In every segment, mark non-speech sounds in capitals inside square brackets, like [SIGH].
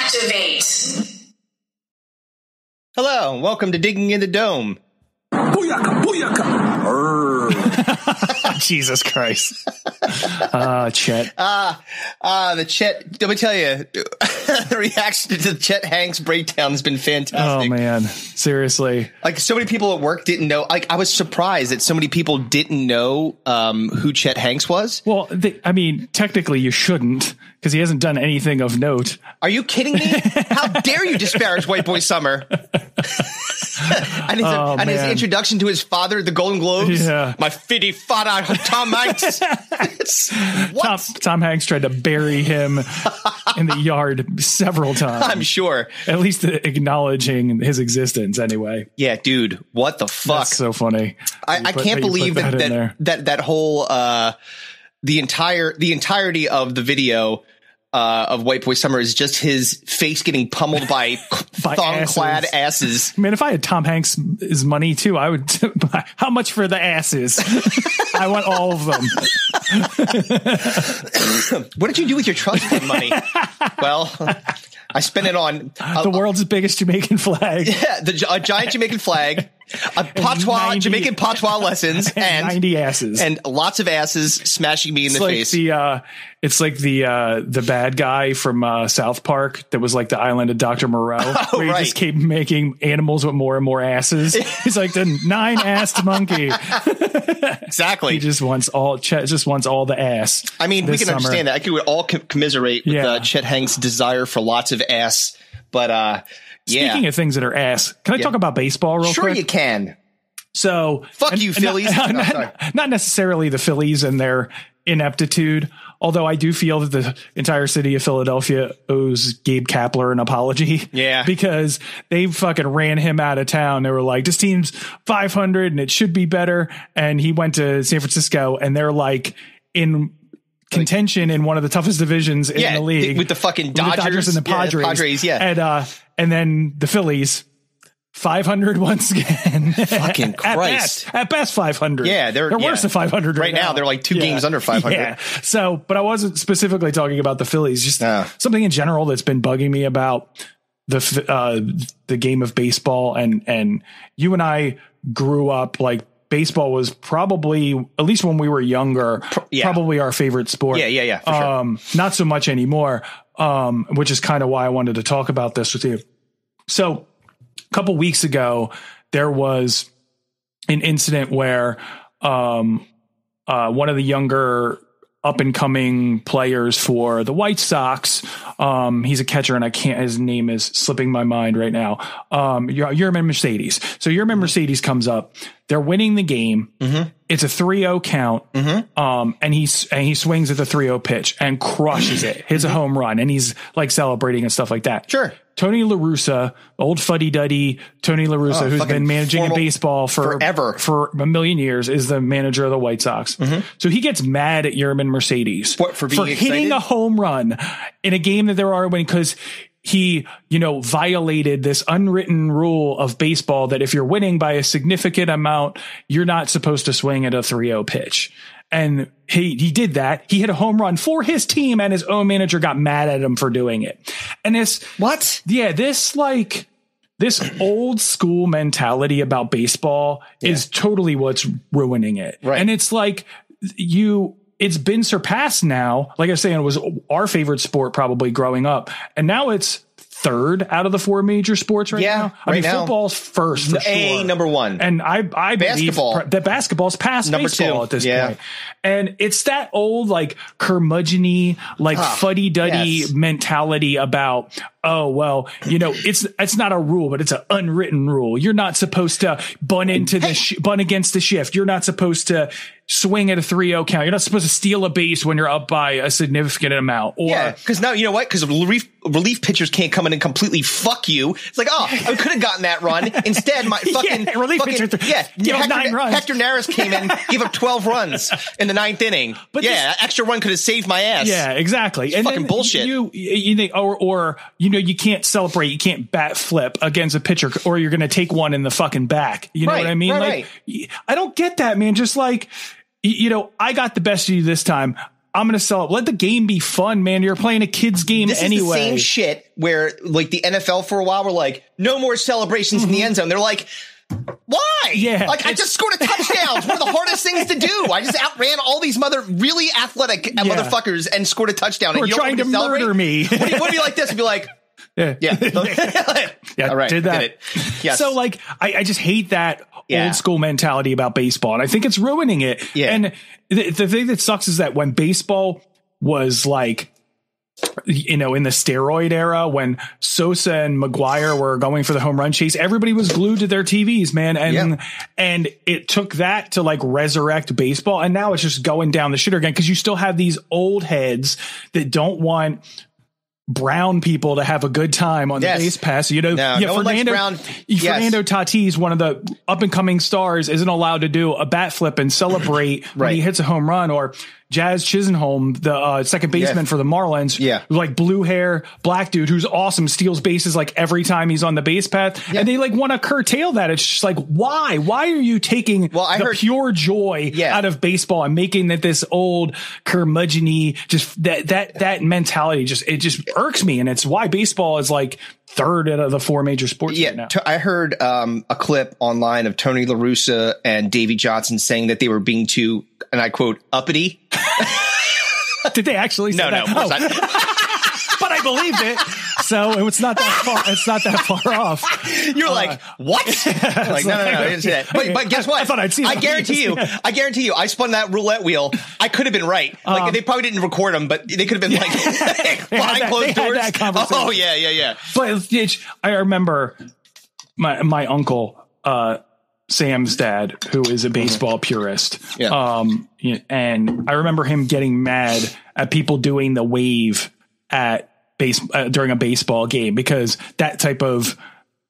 Activate. Hello, and welcome to Digging in the Dome. Booyaka, booyaka. Arr. [LAUGHS] Jesus Christ. Ah, Chet. Ah, ah, the Chet. Let me tell you, [LAUGHS] the reaction to Chet Hanks breakdown has been Oh, fantastic. man. Seriously. like so many people at work didn't know. Like I was surprised that so many people didn't know um, who Chet Hanks was. Well, the, I mean, technically you shouldn't because he hasn't done anything of note. Are you kidding me? [LAUGHS] How dare you disparage White Boy Summer? [LAUGHS] and his, Oh, and his man. introduction to his father at the Golden Globes. Yeah. My fitty [LAUGHS] father, Tom Hanks. [LAUGHS] what? Tom, Tom Hanks tried to bury him in the yard [LAUGHS] several I'm times, sure. at least acknowledging his existence anyway. Yeah, dude. What the fuck? That's so funny. I, I put- can't how you put believe that that in that, there. that that whole uh the entire the entirety of the video uh of White Boy Summer is just his face getting pummeled [LAUGHS] by, By thong clad asses. Man, if I had Tom Hanks' money too, I would. [LAUGHS] buy- How much for the asses? [LAUGHS] I want all of them. What did you do with your trust fund [LAUGHS] money? well, I spent it on a, Uh, The world's biggest [LAUGHS] Jamaican flag the, a giant Jamaican flag, [LAUGHS] a patois 90 Jamaican patois [LAUGHS] lessons, and and ninety asses. and lots of asses smashing me in it's the like face. the uh, it's like the uh, the bad guy from uh, South Park that was like the island of Doctor Moreau, [LAUGHS] where he Oh, right. just kept making animals with more and [LAUGHS] more asses. He's like the nine assed monkey. exactly. [LAUGHS] He just wants all Chet just wants all the ass. I mean, we this can summer. understand that. I think we all com- commiserate with Yeah. uh, Chet Hanks' desire for lots of ass. But uh, yeah, Speaking of things that are ass, can I talk about baseball real sure quick? you can. So Fuck you, Phillies. [LAUGHS] Not, No, sorry. not necessarily the Phillies and their ineptitude, although I do feel that the entire city of Philadelphia owes Gabe Kapler an apology. Yeah. [LAUGHS] because they fucking ran him out of town. They were like, "This team's 500 and it should be better," and he went to San Francisco, and they're like in contention in one of the toughest divisions in Yeah, the league with the fucking with Dodgers, the Dodgers and the Yeah, Padres. Padres, yeah. And uh and then the Phillies 500 once again. [LAUGHS] Fucking at Christ. best, at best 500. Yeah, they're- yeah. worse than 500 right, Right now, they're like two games under 500. Yeah. So, but I wasn't specifically talking about the Phillies, just Oh. something in general that's been bugging me about the f- uh the game of baseball and and you and I grew up like baseball was probably at least when we were younger yeah. probably our favorite sport Yeah, yeah, yeah, for sure. um, not so much anymore, um, which is kind of why I wanted to talk about this with you. So, a couple weeks ago, there was an incident where um, uh, one of the younger up and coming players for the White Sox, um, he's a catcher, and I can't. His name is slipping my mind right now. Um, Yer- Yerman Mercedes. So Yerman Mercedes comes up. They're winning the game. It's a 3-0 count um, and he s- and he swings at the 3-0 pitch and crushes it. Hits a home run, and he's like celebrating and stuff like that. Sure. Tony LaRussa, old fuddy duddy Tony LaRussa, who's fucking been managing in formal- baseball for forever. Mm-hmm. for a million years, is the manager of the White Sox. So he gets mad at Yerman Mercedes What, for being hitting excited? a home run in a game that they're already winning because he, you know, violated this unwritten rule of baseball that if you're winning by a significant amount, you're not supposed to swing at a 3-0 pitch. And he he did that. He hit a home run for his team, and his own manager got mad at him for doing it. And this What? yeah, this like this old school mentality about baseball is totally what's ruining it. Right. And it's like you it's been surpassed now. Like I was saying, it was our favorite sport probably growing up. And now it's third out of the four major sports right Yeah, now. I right mean now. football's first for A, sure. number one. And I I believe Basketball. pr- that basketball's past Number baseball two. at this Yeah. point. And it's that old like curmudgeony, like fuddy duddy yes. mentality about oh well you know it's it's not a rule but it's an unwritten rule you're not supposed to bun into the sh- bun against the shift you're not supposed to swing at a 3-0 count you're not supposed to steal a base when you're up by a significant amount or Yeah, because now you know what? Because relief relief pitchers can't come in and completely fuck you. It's like, oh, [LAUGHS] I could have gotten that run. Instead, my fucking Yeah, relief fucking, pitcher th- yeah, give up Hector, nine runs. Hector Neris came in, gave up twelve runs in the ninth inning. But [LAUGHS] But yeah, this- that extra run could have saved my ass. Yeah, exactly. and fucking then bullshit. You, you think, or or you know, you can't celebrate, you can't bat flip against a pitcher, or you're going to take one in the fucking back. You know Right, what I mean? right, like, I don't get that, man. Just like, y- you know, I got the best of you this time. I'm going to sell it. Let the game be fun, man. You're playing a kid's game This anyway. is the same shit where like the NFL for a while were like, no more celebrations in the end zone. They're like, why? Mm-hmm. Yeah, Like I it's- just scored a touchdown. It's one of the hardest things to do. I just outran all these mother really athletic motherfuckers and scored a touchdown. Who and are you don't want trying to celebrate? murder me. [LAUGHS] Would it would be like this? It'd be like, [LAUGHS] Yeah. yeah, Yeah, all right, did that. it. Yes. So like I, I just hate that Yeah. old school mentality about baseball. And I think it's ruining it. Yeah. And the, the thing that sucks is that when baseball was like you know, in the steroid era when Sosa and McGuire were going for the home run chase, everybody was glued to their TVs, man. And Yeah. and it took that to like resurrect baseball. And now it's just going down the shitter again because you still have these old heads that don't want brown people to have a good time on Yes. the base pass. You know, No, yeah, no one likes Fernando, brown- yeah, Fernando Yes. Tatis, one of the up and coming stars, isn't allowed to do a bat flip [CLEARS THROAT] and celebrate when he Right. hits a home run or Jazz Chisholm, the uh, second baseman Yeah. for the Marlins, Yeah. like blue hair, black dude who's awesome, steals bases like every time he's on the base path, and they like want to curtail that. It's just like, why? Why are you taking Well, I the heard- pure joy Yeah. out of baseball and making it this old curmudgeony just that that that mentality just it just irks me and it's why baseball is like third out of the four major sports Yeah, right now. to- I heard um, a clip online of Tony La Russa and Davy Johnson saying that they were being too, and I quote, uppity. [LAUGHS] Did they actually say that? of course Oh, not. but I believed it. So it's not that far it's not that far off. [LAUGHS] You're like, what? Uh, like, no, no, no, I didn't see that. But, but guess I- what? I thought I'd [LAUGHS] seen I it. guarantee you, I guarantee you, I spun that roulette wheel. I could have been right. Like, they probably didn't record them, but Um, they could have been [LAUGHS] like behind that- closed they had doors. that conversation. Oh, yeah, yeah, yeah. But it's- it's- I remember my my uncle, uh, Sam's dad, who is a baseball purist. Mm-hmm. Yeah. Um, y- and I remember him getting mad at people doing the wave at base uh, during a baseball game because that type of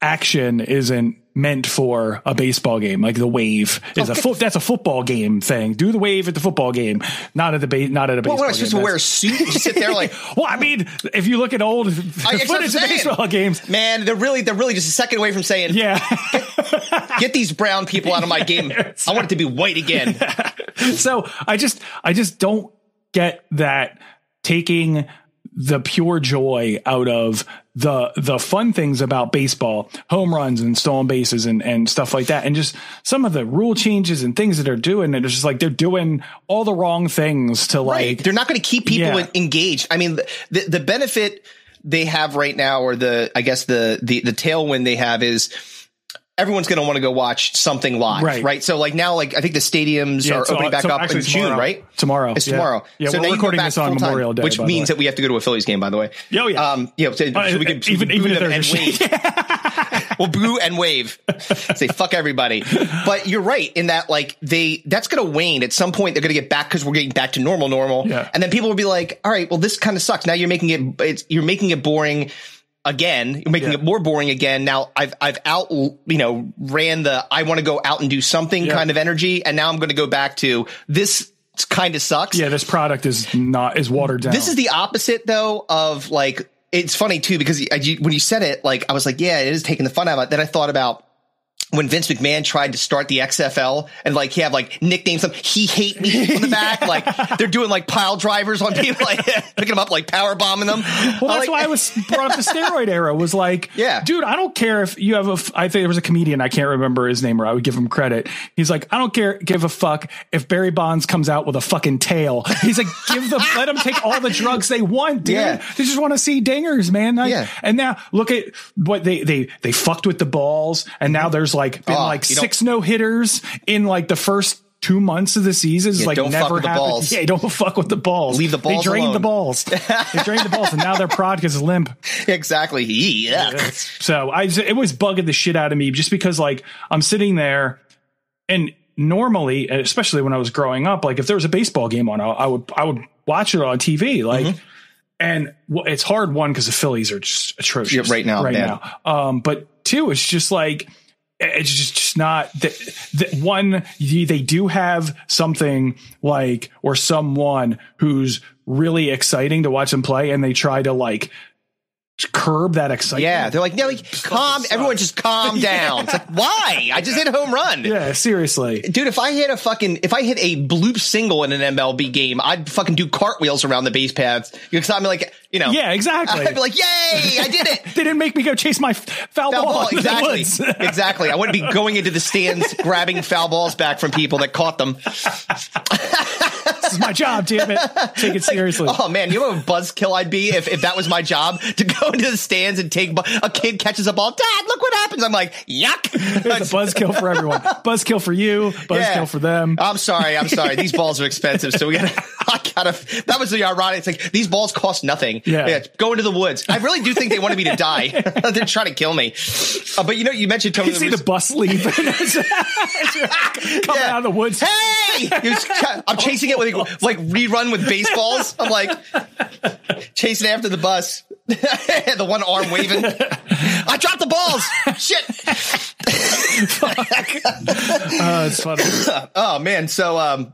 action isn't meant for a baseball game. Like the wave is a foot that's a football game thing. Do the wave at the football game, not at the base, not at a baseball. Well, what am I game. supposed to wear a That's- suit? Just sit there [LAUGHS] like, Well, I mean, if you look at old I- it's what I'm [LAUGHS] footage of saying. baseball games, man, they're really, they're really just a second away from saying, yeah. [LAUGHS] get these brown people out of [LAUGHS] my game. I want it to be white [LAUGHS] again. so I just I just don't get that taking the pure joy out of the the fun things about baseball, home runs and stolen bases and and stuff like that, and just some of the rule changes and things that are doing. And it's just like they're doing all the wrong things to Right. like. They're not going to keep people Yeah. en- engaged. I mean, the, the benefit they have right now, or the, I guess the, the, the tailwind they have is everyone's going to want to go watch something live. Right. Right. So like now, like I think the stadiums Yeah, are it's all- opening back so up actually in June, tomorrow. right? Tomorrow, It's yeah. tomorrow. Yeah, we're now you can go recording back this on full-time, Memorial Day, which by the means way. that we have to go to a Phillies game, by the way. Oh, yeah. Uh, Um, you know, so, so we can, so we even can even boo if them there's a and wave [LAUGHS] shade. we'll boo and wave [LAUGHS] say fuck everybody but you're right in that like they that's gonna wane at some point they're gonna get back because we're getting back to normal normal Yeah. and then people will be like all right well this kind of sucks now you're making it it's, you're making it boring again you're making Yeah. it more boring again now i've i've out you know ran the i want to go out and do something Yeah. kind of energy and now i'm gonna go back to this kind of sucks yeah, this product is not is watered down. this is the opposite though of like it's funny too because I, you, when you said it, like I was like, yeah, it is taking the fun out of it. Then I thought about when Vince McMahon tried to start the XFL and like he had like nicknames them, he hate me on the [LAUGHS] back, like they're doing like pile drivers on people, like [LAUGHS] picking them up, like power bombing them. Well, I'm that's like, why I [LAUGHS] was brought up the steroid era. Was like, Yeah. dude, I don't care if you have a. f- I think there was a comedian I can't remember his name, or I would give him credit. He's like, I don't care, give a fuck if Barry Bonds comes out with a fucking tail. He's like, give them, let them take all the drugs they want, dude. Yeah. They just want to see dingers, man. Like, Yeah. And now look at what they they they fucked with the balls, and now there's like been Oh, like you don't- six no hitters in like the first. Two months of the season It's Yeah, like don't fuck never with the happened. balls. Yeah, don't [LAUGHS] fuck with the balls. Leave the They balls drained the alone. balls. they drained the balls, and now their product [LAUGHS] is limp. exactly. Yeah. So I it was bugging the shit out of me just because like I'm sitting there and normally, especially when I was growing up, like if there was a baseball game on, I, I would I would watch it on TV, like. Mm-hmm. And w- it's hard one because the Phillies are just atrocious Yeah, right now, Right bad. now, um, but two, it's just like it's just, just not that. that one, y- they do have something like or someone who's really exciting to watch them play, and they try to like curb that excitement. Yeah, they're like, no, like, calm. sucks. Everyone, just calm down. It's like, why? I just hit a home run. [LAUGHS] Yeah, seriously. Dude, if I hit a fucking, if I hit a bloop single in an MLB game, I'd fucking do cartwheels around the base paths. Because I'm like, you know, Yeah, [LAUGHS] exactly. I'd be like, yay, I did [LAUGHS] it. they didn't make me go chase my f- foul, Foul ball, [LAUGHS] ball, into the exactly, woods. exactly. I wouldn't be going into the [LAUGHS] stands grabbing foul balls back from people that caught them. this is my job, damn it. [LAUGHS] Take it seriously. Oh man, you know what a buzzkill I'd be if, if that was my job to go into the stands and take bu- a kid catches a ball. Dad, look what happens. I'm like, yuck. [LAUGHS] It's a buzzkill for everyone. Buzzkill for you. Buzzkill Yeah. for them. I'm sorry. I'm sorry. [LAUGHS] These balls are expensive, so we got. to [LAUGHS] I gotta. That was the ironic thing. These balls cost nothing. Yeah. Go into the woods. I really do think they wanted me to [LAUGHS] die. [LAUGHS] They're trying to kill me. Uh, but you know, you mentioned Tony. You see the LaRusso- bus leave [LAUGHS] [LAUGHS] and it's- it's coming Yeah. out of the woods. Hey, He was ca- I'm chasing it with like rerun with baseballs. I'm like chasing after the bus. [LAUGHS] the one arm waving. I dropped the balls. Shit. Oh, it's funny. Oh man. So um,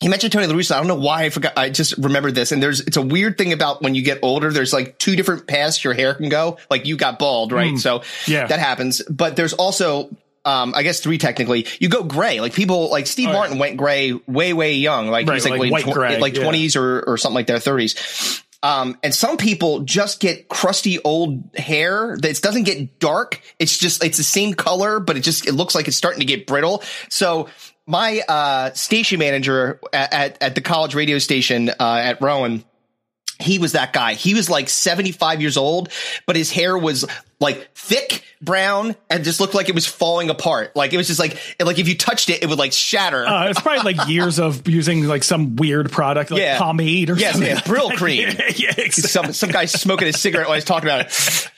you mentioned Tony La Russa. I don't know why I forgot. I just remembered this. And there's it's a weird thing about when you get older. There's like two different paths your hair can go. Like you got bald, right? So Yeah. that happens. But there's also um, I guess three technically. You go gray. Like people like Steve Martin went gray way way young. Like he Right, was like, like late white twen- gray, like yeah. 20s or or something like their 30s. Um, and some people just get crusty old hair that doesn't get dark. It's just, it's the same color, but it just, it looks like it's starting to get brittle. So my, uh, station manager at, at, at the college radio station, uh, at Rowan, he was that guy. He was like 75 years old, but his hair was like thick brown and just looked like it was falling apart. Like it was just like, like if you touched it, it would like shatter. Uh, it's probably like years of using like some weird product, like Yeah. pomade or Yes, something. yeah, [LAUGHS] Brill cream. yeah, yeah, exactly. some some guy smoking a cigarette while he's talking about it.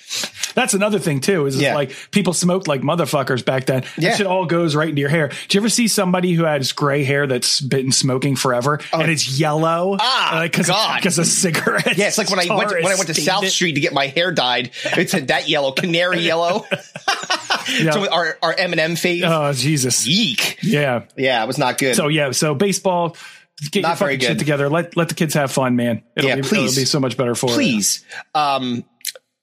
That's another thing too. Is it's Yeah. like people smoked like motherfuckers back then. Yeah. That shit all goes right into your hair. Do you ever see somebody who has gray hair that's been smoking forever and it's yellow? Oh, Uh, Ah, God. because a cigarette. Yeah, it's like when I went to, when I went to South Street to get my hair dyed. It said that yellow, canary [LAUGHS] yellow. So our our Eminem fave. Oh Jesus! Yeek. Yeah. Yeah, it was not good. So yeah. So baseball. Get Not your very fucking shit good. together. Let let the kids have fun, man. It'll Yeah, be, please. It'll be so much better for it. please, um,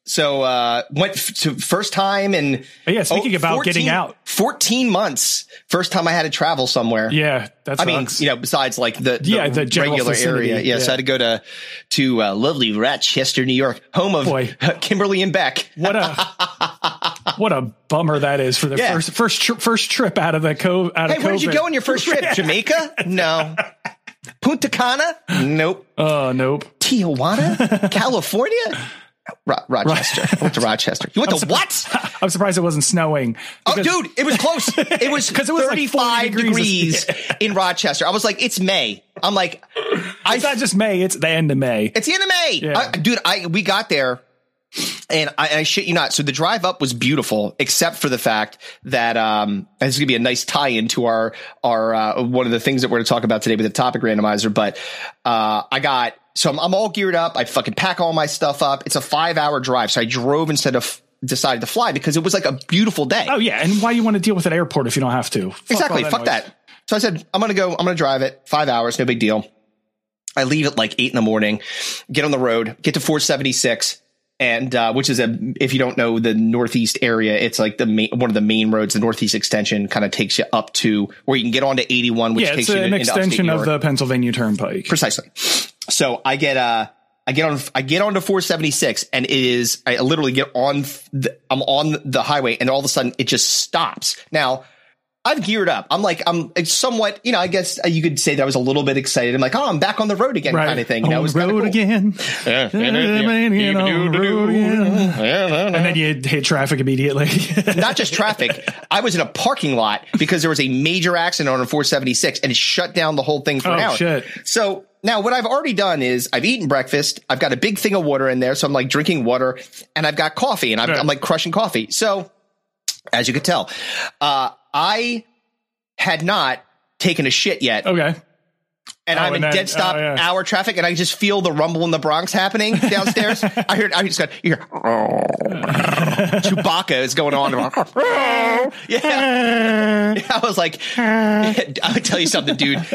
so uh, went f- to first time and But yeah, speaking about getting out. Fourteen months. First time I had to travel somewhere. Yeah, that's. I mean, you know, besides like the, the Yeah, the general regular vicinity, area. Yeah, so I yeah. had to go to to uh, lovely Rochester, New York, home of Boy. [LAUGHS] Kimberly and Beck. what a what a bummer that is for the Yeah. first first tri- first trip out of the cove. Out Hey, of where did you COVID. go on your first [LAUGHS] trip? Jamaica? No. Punta Cana? Nope. Oh nope. [LAUGHS] Tijuana? California? Ro- Rochester. I went to Rochester. You went to what? [LAUGHS] I'm surprised it wasn't snowing. Oh, dude, it was close. It was [LAUGHS] 'Cause it was like 35 40 degrees, degrees. in Rochester. I was like, it's May. I'm like, I It's not just May; it's the end of May. It's the end of May. Yeah. I- dude, I we got there and I, and I shit you not. So the drive up was beautiful, except for the fact that um and this is gonna be a nice tie-in to our our uh, one of the things that we're gonna talk about today with the topic randomizer, but uh I got so I'm, I'm all geared up. I fucking pack all my stuff up. It's a five hour drive. So I drove instead of decided to fly because it was like a beautiful day. oh yeah, and why you want to deal with an airport if you don't have to? Fuck Exactly. all Fuck noise. that. So I said, I'm going to go, I'm going to drive it five hours. No big deal. I leave at like eight in the morning, get on the road, get to 476. And, uh, which is a, if you don't know the Northeast area, it's like the main, one of the main roads, the Northeast extension kind of takes you up to where you can get onto 81, which Yeah, takes it's you an to, into upstate extension New of York. the Pennsylvania Turnpike. precisely. So I get, uh, I get on, I get onto 476 and it is, I literally get on, the, I'm on the highway and all of a sudden it just stops. Now, I've geared up. I'm like, I'm it's somewhat, you know, I guess uh, you could say that I was a little bit excited. I'm like, oh, I'm back on the road again, Right. kind of thing. You On know, it the was road kinda cool. again. [LAUGHS] And on the road again. And then you hit traffic immediately. [LAUGHS] Not just traffic. I was in a parking lot because there was a major accident on 476 and it shut down the whole thing for an Oh, hour. shit. So now what I've already done is I've eaten breakfast. I've got a big thing of water in there. So I'm like drinking water and I've got coffee and I'm, Right. I'm like crushing coffee. So as you could tell, uh, I had not taken a shit yet. okay. and Oh, I'm and in then- dead stop oh, yeah. hour traffic, and I just feel the rumble in the Bronx happening [LAUGHS] downstairs. I heard, I just got you hear [LAUGHS] Chewbacca is going on. [LAUGHS] yeah, [LAUGHS] I was like, I'll tell you something, dude.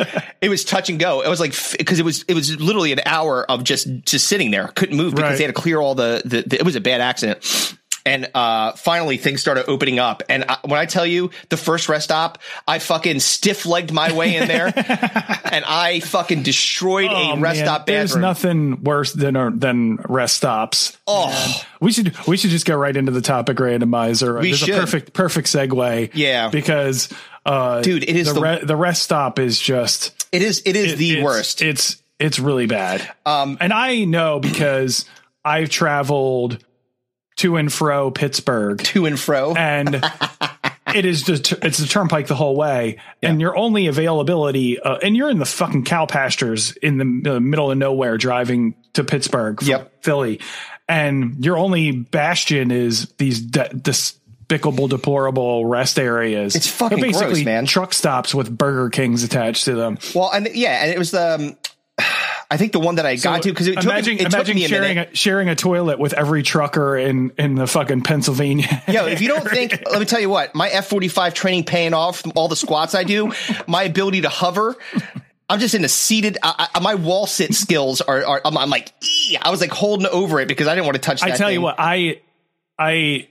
It was touch and go. It was like because it was it was literally an hour of just just sitting there, couldn't move because Right. they had to clear all the, the, the- It was a bad accident. And uh, finally, things started opening up. And I, when I tell you the first rest stop, I fucking stiff legged my way in [LAUGHS] there, and I fucking destroyed Oh, a rest [LAUGHS] man, stop There's bathroom. nothing worse than or, than rest stops. oh, We should we should just go right into the topic randomizer. We There's should. a perfect perfect segue. Yeah. because uh, Dude, it is the the- re- the rest stop is just it is it is the it's- worst. It's it's really bad. Um, and I know because I've traveled to and fro Pittsburgh, to and fro. and it is just it's the turnpike the whole way, and your only availability, uh, and you're in the fucking cow pastures in the m- uh, middle of nowhere driving to Pittsburgh from Yep. Philly, and your only bastion is these de- despicable, deplorable rest areas. It's fucking They're basically gross, man. Truck stops with Burger Kings attached to them. Well, and yeah, and it was the. Um, [SIGHS] I think the one that I got to because it, took, imagine, it took imagine me a sharing minute. a, sharing a toilet with every trucker in in the fucking Pennsylvania. Yo, if you [LAUGHS] don't think, let me tell you what, my F forty five training paying off from all the squats I do, my ability to hover. I'm just in a seated. I, I, my wall sit skills are. are I'm, I'm like, ee! I was like holding over it because I didn't want to touch. I that tell you thing. what, I I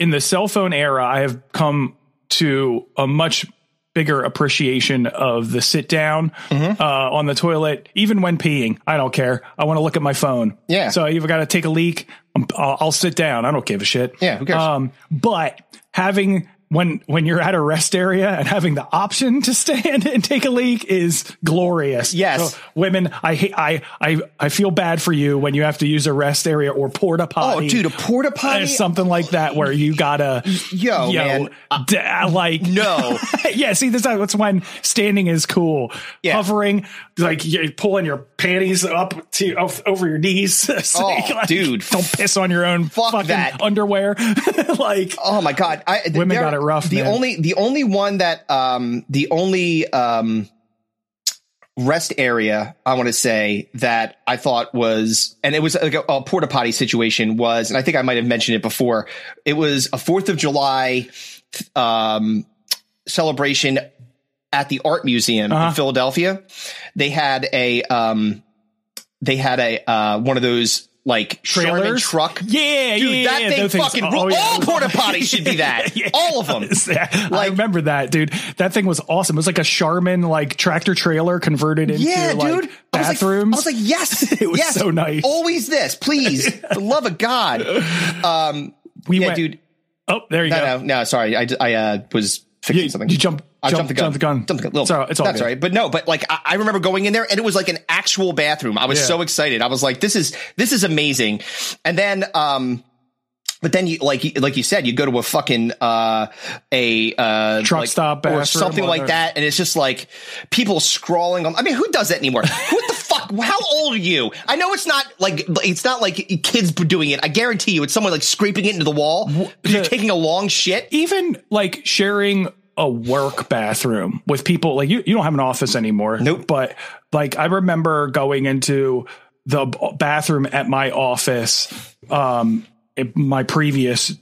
in the cell phone era, I have come to a much bigger appreciation of the sit down Mm-hmm. uh, on the toilet, even when peeing. I don't care. I want to look at my phone. Yeah. So you've got to take a leak. I'm- I'll, I'll sit down. I don't give a shit. Yeah, who cares? Um, but having when when you're at a rest area and having the option to stand [LAUGHS] and take a leak is glorious. Yes. So, women, I hate I I I feel bad for you when you have to use a rest area or porta Oh, potty. dude, a porta or potty. something like that where you gotta Yo, man. d- like [LAUGHS] No. yeah see this that's when standing is cool Yeah. hovering like you're pulling your panties up to off, over your knees [LAUGHS] So, Oh, dude. don't piss on your own Fuck fucking that. underwear [LAUGHS] like Oh my god, I, th- Women there- got it rough, The man. only the only one that um the only um rest area I want to say that I thought was and it was like a, a porta potty situation was and I think I might have mentioned it before. It was a Fourth of July um celebration at the art museum Uh-huh. in Philadelphia. They had a um they had a uh one of those like Sherman Trailers? truck yeah Dude, yeah, that yeah, thing those things. fucking Oh, ruled. yeah. All porta potties should be that. [LAUGHS] Yeah. All of them. I Like- remember that, dude. That thing was awesome. It was like a Charmin like tractor trailer converted into Yeah, like dude. I was like- bathrooms. I was like, yes, [LAUGHS] It was yes, so nice. Always this, please, [LAUGHS] for the love of God. Um, we yeah, went, dude. Oh, there you No, go. no, no. Sorry, I, I uh, was fixing You, something. you jump, I jump, jumped the gun. Jump the gun. Jumped the gun. Little- It's all- it's all that's good. all right. But no, but like I, I remember going in there and it was like an actual bathroom. I was Yeah. so excited. I was like, this is this is amazing. And then um but then you like you- like you said, you go to a fucking uh a uh Truck like- stop or bathroom something or- like that, and it's just like people scrawling on I mean, who does that anymore? [LAUGHS] what the fuck? How old are you? I know it's not like it's not like kids doing it. I guarantee you, it's someone like scraping it into the wall. You're the- taking a long shit. Even like sharing a work bathroom with people like you, you don't have an office anymore. Nope. But like I remember going into the b- bathroom at my office, um, in my previous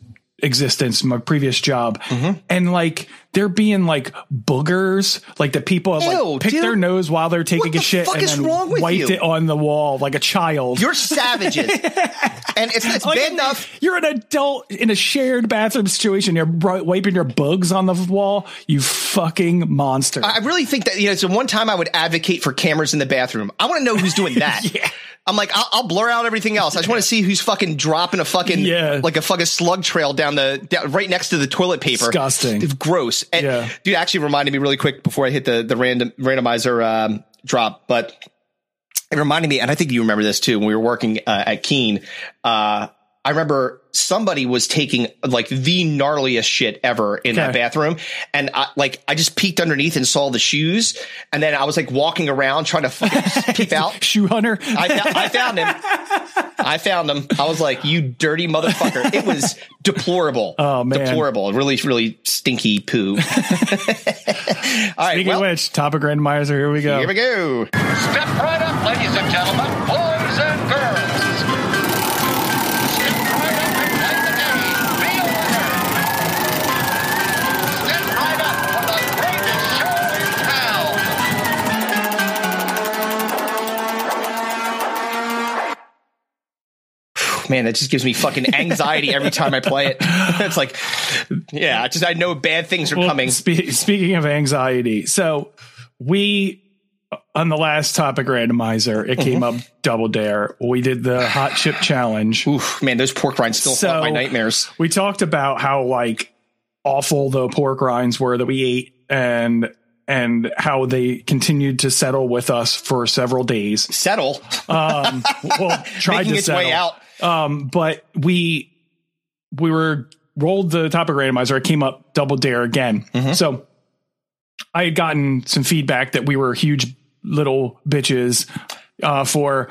existence, my previous job, Mm-hmm. and like there being like boogers, like the people have Ew, like picked dude. their nose while they're taking the a shit fuck and is then wrong with wiped you? it on the wall like a child. You're [LAUGHS] savages. and it's, it's Like, bad enough. You're an adult in a shared bathroom situation. You're bri- wiping your bugs on the wall. You fucking monster. I really think that, you know, so one time I would advocate for cameras in the bathroom. I want to know who's doing that. [LAUGHS] Yeah. I'm like, I'll, I'll blur out everything else. I just want to see who's fucking dropping a fucking, Yeah. like a fucking slug trail down the, down, right next to the toilet paper. Disgusting. It's gross. And Yeah. dude, it actually reminded me really quick before I hit the, the random randomizer, um, drop, but it reminded me, and I think you remember this too, when we were working uh, at Keene. Uh, I remember somebody was taking like the gnarliest shit ever in that Okay. bathroom. And I, like, I just peeked underneath and saw the shoes. And [LAUGHS] then I was like walking around trying to fucking peep out. Shoe hunter. I, fou- I found him. I found him. I was like, you dirty motherfucker. It was deplorable. [LAUGHS] Oh, man. Deplorable. Really, really stinky poo. [LAUGHS] All right. [LAUGHS] Speaking Well, of which, Topic Randomizer, here we go. here we go. Step right up, ladies and gentlemen, boys and girls. Step right up and play the game. Be a winner. Step right up for the greatest show in town. Man, that just gives me fucking anxiety every time I play it. [LAUGHS] it's like, yeah, I just, I know bad things are Well, coming. spe- speaking of anxiety, so we on the last topic randomizer, Mm-hmm. it came up double dare. We did the hot chip challenge. Oof, man, those pork rinds still So- haunt my nightmares. We talked about how like awful the pork rinds were that we ate and and how they continued to settle with us for several days. Settle. um well [LAUGHS] tried Making to its way settle. out. um but we we were rolled the topic randomizer it came up double dare again Mm-hmm. so i had gotten some feedback that we were huge little bitches uh for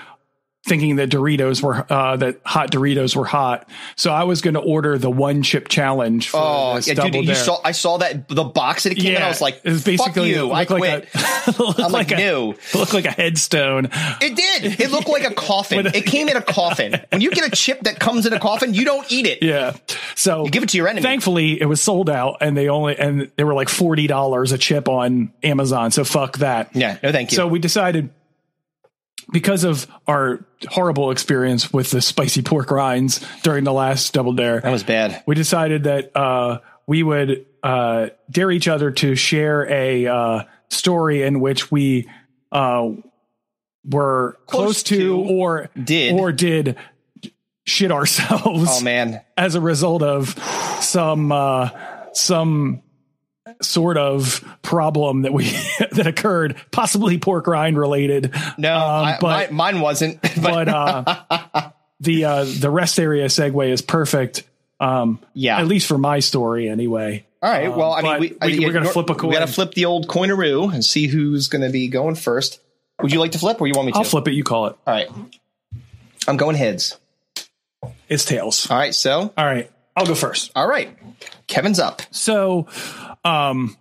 thinking that doritos were uh that hot doritos were hot so i was going to order the one chip challenge for Oh, this yeah, dude, Double you Dare. saw, I saw that, the box that it came in. I was like, it was basically fuck you. I looked like quit. a- [LAUGHS] looked I'm like, a- no. looked like a headstone It did. It looked like a [LAUGHS] coffin. It came in a coffin. When you get a chip that comes in a coffin, you don't eat it. Yeah. So give it to your enemy. Thankfully, it was sold out, and they only and they were like forty dollars a chip on Amazon. So fuck that. Yeah, no, thank you. So we decided because of our horrible experience with the spicy pork rinds during the last double dare, that was bad. we decided that uh, we would uh, dare each other to share a uh, story in which we uh, were close, to, to, or did. or did shit ourselves Oh man, as a result of some uh, some sort of problem that we [LAUGHS] that occurred, possibly pork rind related. no, Um, I- but- mi- mine wasn't. [LAUGHS] But, But uh, [LAUGHS] the uh, the rest area segue is perfect. Um, Yeah. at least for my story, anyway. all right, well, I mean, um, but we, I- we- we're gonna flip a We gotta coin. flip the old coinaroo and see who's gonna be going first. Would you like to flip, or you want me to? I'll flip it. You call it. All right, I'm going heads. It's tails. All right, so All right, I'll go first. all right, Kevin's up. So, um,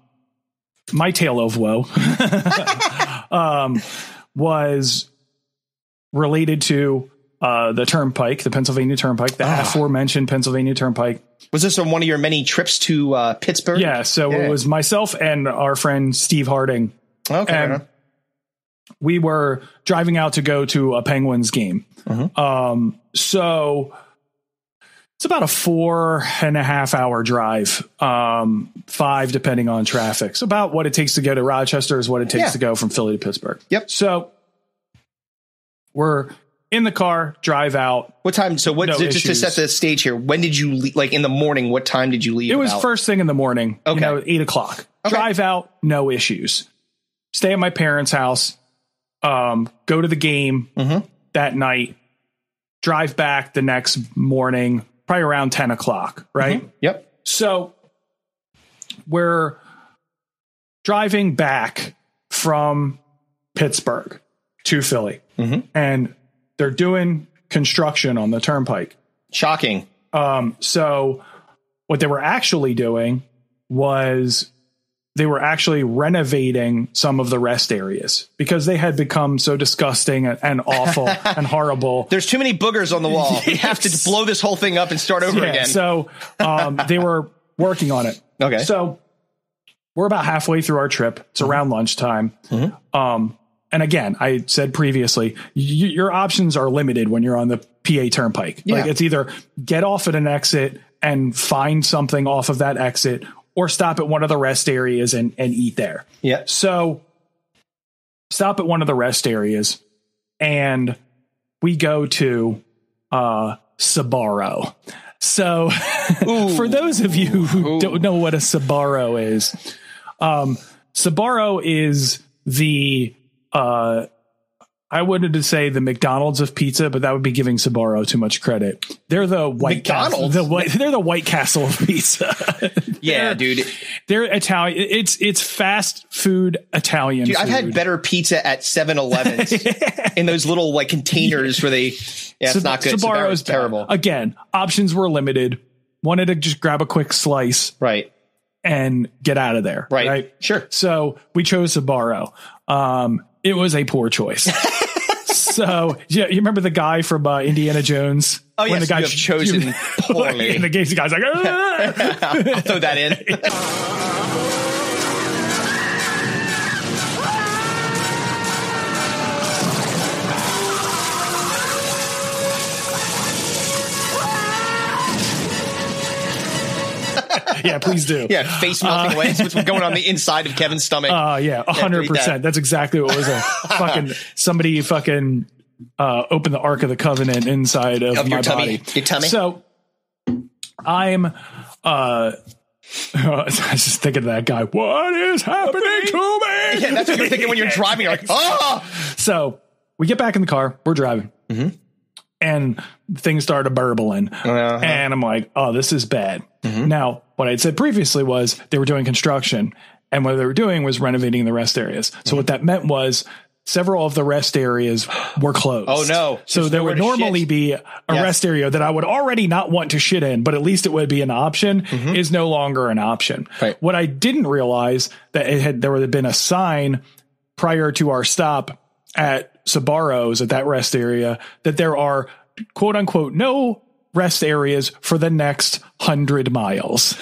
my tale of woe [LAUGHS] um, was related to uh, the turnpike, the Pennsylvania Turnpike, the aforementioned Pennsylvania Turnpike. Was this on one of your many trips to uh, Pittsburgh? Yeah, so Yeah. it was myself and our friend Steve Harding. Okay. and- We were driving out to go to a Penguins game. Mm-hmm. Um, so it's about a four and a half hour drive, um, five depending on traffic. So about what it takes to go to Rochester is what it takes Yeah. to go from Philly to Pittsburgh. Yep. So we're in the car, drive out. what time? So what? No just to issues. set the stage here, when did you leave, like in the morning? What time did you leave? It was about? first thing in the morning, Okay. you know, eight o'clock. Okay. Drive out, no issues. Stay at my parents' house, um, go to the game Mm-hmm. that night, drive back the next morning, probably around 10 o'clock, right? Yep. So we're driving back from Pittsburgh to Philly, Mm-hmm. and they're doing construction on the turnpike. Shocking. Um, so what they were actually doing was they were actually renovating some of the rest areas because they had become so disgusting and, and awful and horrible. There's too many boogers on the wall. We have to blow this whole thing up and start over Yeah, again. So um, they were working on it. [LAUGHS] okay. Mm-hmm. So we're about halfway through our trip. It's around lunchtime. Um, and again, I said previously, y- your options are limited when you're on the PA Turnpike. Like Yeah. it's either get off at an exit and find something off of that exit, or stop at one of the rest areas and and eat there. yeah. So stop at one of the rest areas, and we go to uh, Sabaro. So [LAUGHS] for those of you who don't know what a Sabaro is, um, Sabaro is the uh, I wanted to say the McDonald's of pizza, but that would be giving Sabaro too much credit. They're the White Castle. McDonald's? The white, they're the White Castle of pizza. [LAUGHS] Yeah, They're- dude. They're Italian. It's it's fast food Italian. Dude, I've had food. better pizza at 7-Elevens [LAUGHS] in those little like containers where they. Yeah, it's Sab- not good. Sbarro's Sbarro's bad. terrible. Again, options were limited. Wanted to just grab a quick slice Right. and get out of there. Right. Sure. So we chose Sabaro. Um, it was a poor choice. [LAUGHS] so yeah, you remember the guy from uh, Indiana Jones? Oh, yes, the guy you have [LAUGHS] [LAUGHS] chosen poorly. and the game's the guy's like, "Ah!" [LAUGHS] I'll throw that in. [LAUGHS] yeah, please do. Yeah, face melting away. It's what's going on the inside of Kevin's stomach. [LAUGHS] Uh, yeah, a hundred read that. percent. That's exactly what it [LAUGHS] was a fucking somebody fucking uh opened the Ark of the Covenant inside of, Of your my tummy. body. Your tummy? So I'm uh [LAUGHS] I was just thinking of that guy. What is happening to me? yeah, that's what you're thinking when [LAUGHS] you're driving. You're like, oh, So we get back in the car, we're driving, Mm-hmm. and things started burbling. Uh-huh. And I'm like, oh, this is bad. Mm-hmm. Now, what I'd said previously was they were doing construction, and what they were doing was renovating the rest areas. So Mm-hmm. what that meant was several of the rest areas were closed. Oh, no. So There's there nowhere would to normally shit. be a Yes. rest area that I would already not want to shit in, but at least it would be an option is no longer an option. Mm-hmm. Right. What I didn't realize that it had there would have been a sign prior to our stop at Sabaro's at that rest area that there are quote unquote no rest areas for the next hundred miles.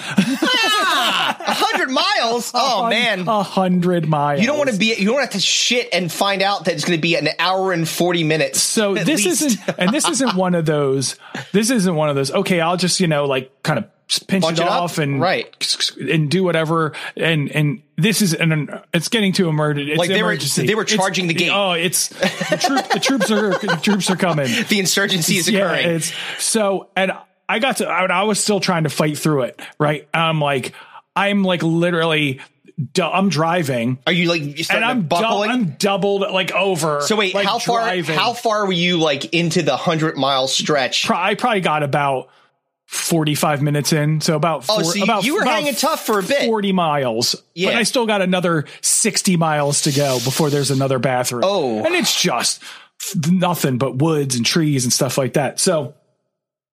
100 miles. [LAUGHS] Oh, man. [LAUGHS] a hundred miles. You don't want to be. You don't have to shit and find out that it's going to be an hour and forty minutes. So at this least. isn't, and this isn't one of those. This isn't one of those. Okay, I'll just you know like kind of pinch Bunch it, it up, off and right. and do whatever. And and this is and it's getting to emergency. Like, they were- emergency. they were It's- charging the gate. Oh, it's the, troop, the troops are the troops are coming. [LAUGHS] the insurgency is occurring. Yeah, it's so and I got to I, I was still trying to fight through it. Right, I'm like I'm like literally. du- I'm driving Are you like you and starting I'm to buckling? dou- I'm doubled like over. so wait, like, how far? driving. How far were you like into the hundred mile stretch? pro- I probably got about 45 minutes in. So about, oh, four- so you, about, you were about hanging tough for a bit. 40 miles. Yeah. But I still got another 60 miles to go before there's another bathroom. Oh. And it's just f- nothing but woods and trees and stuff like that. So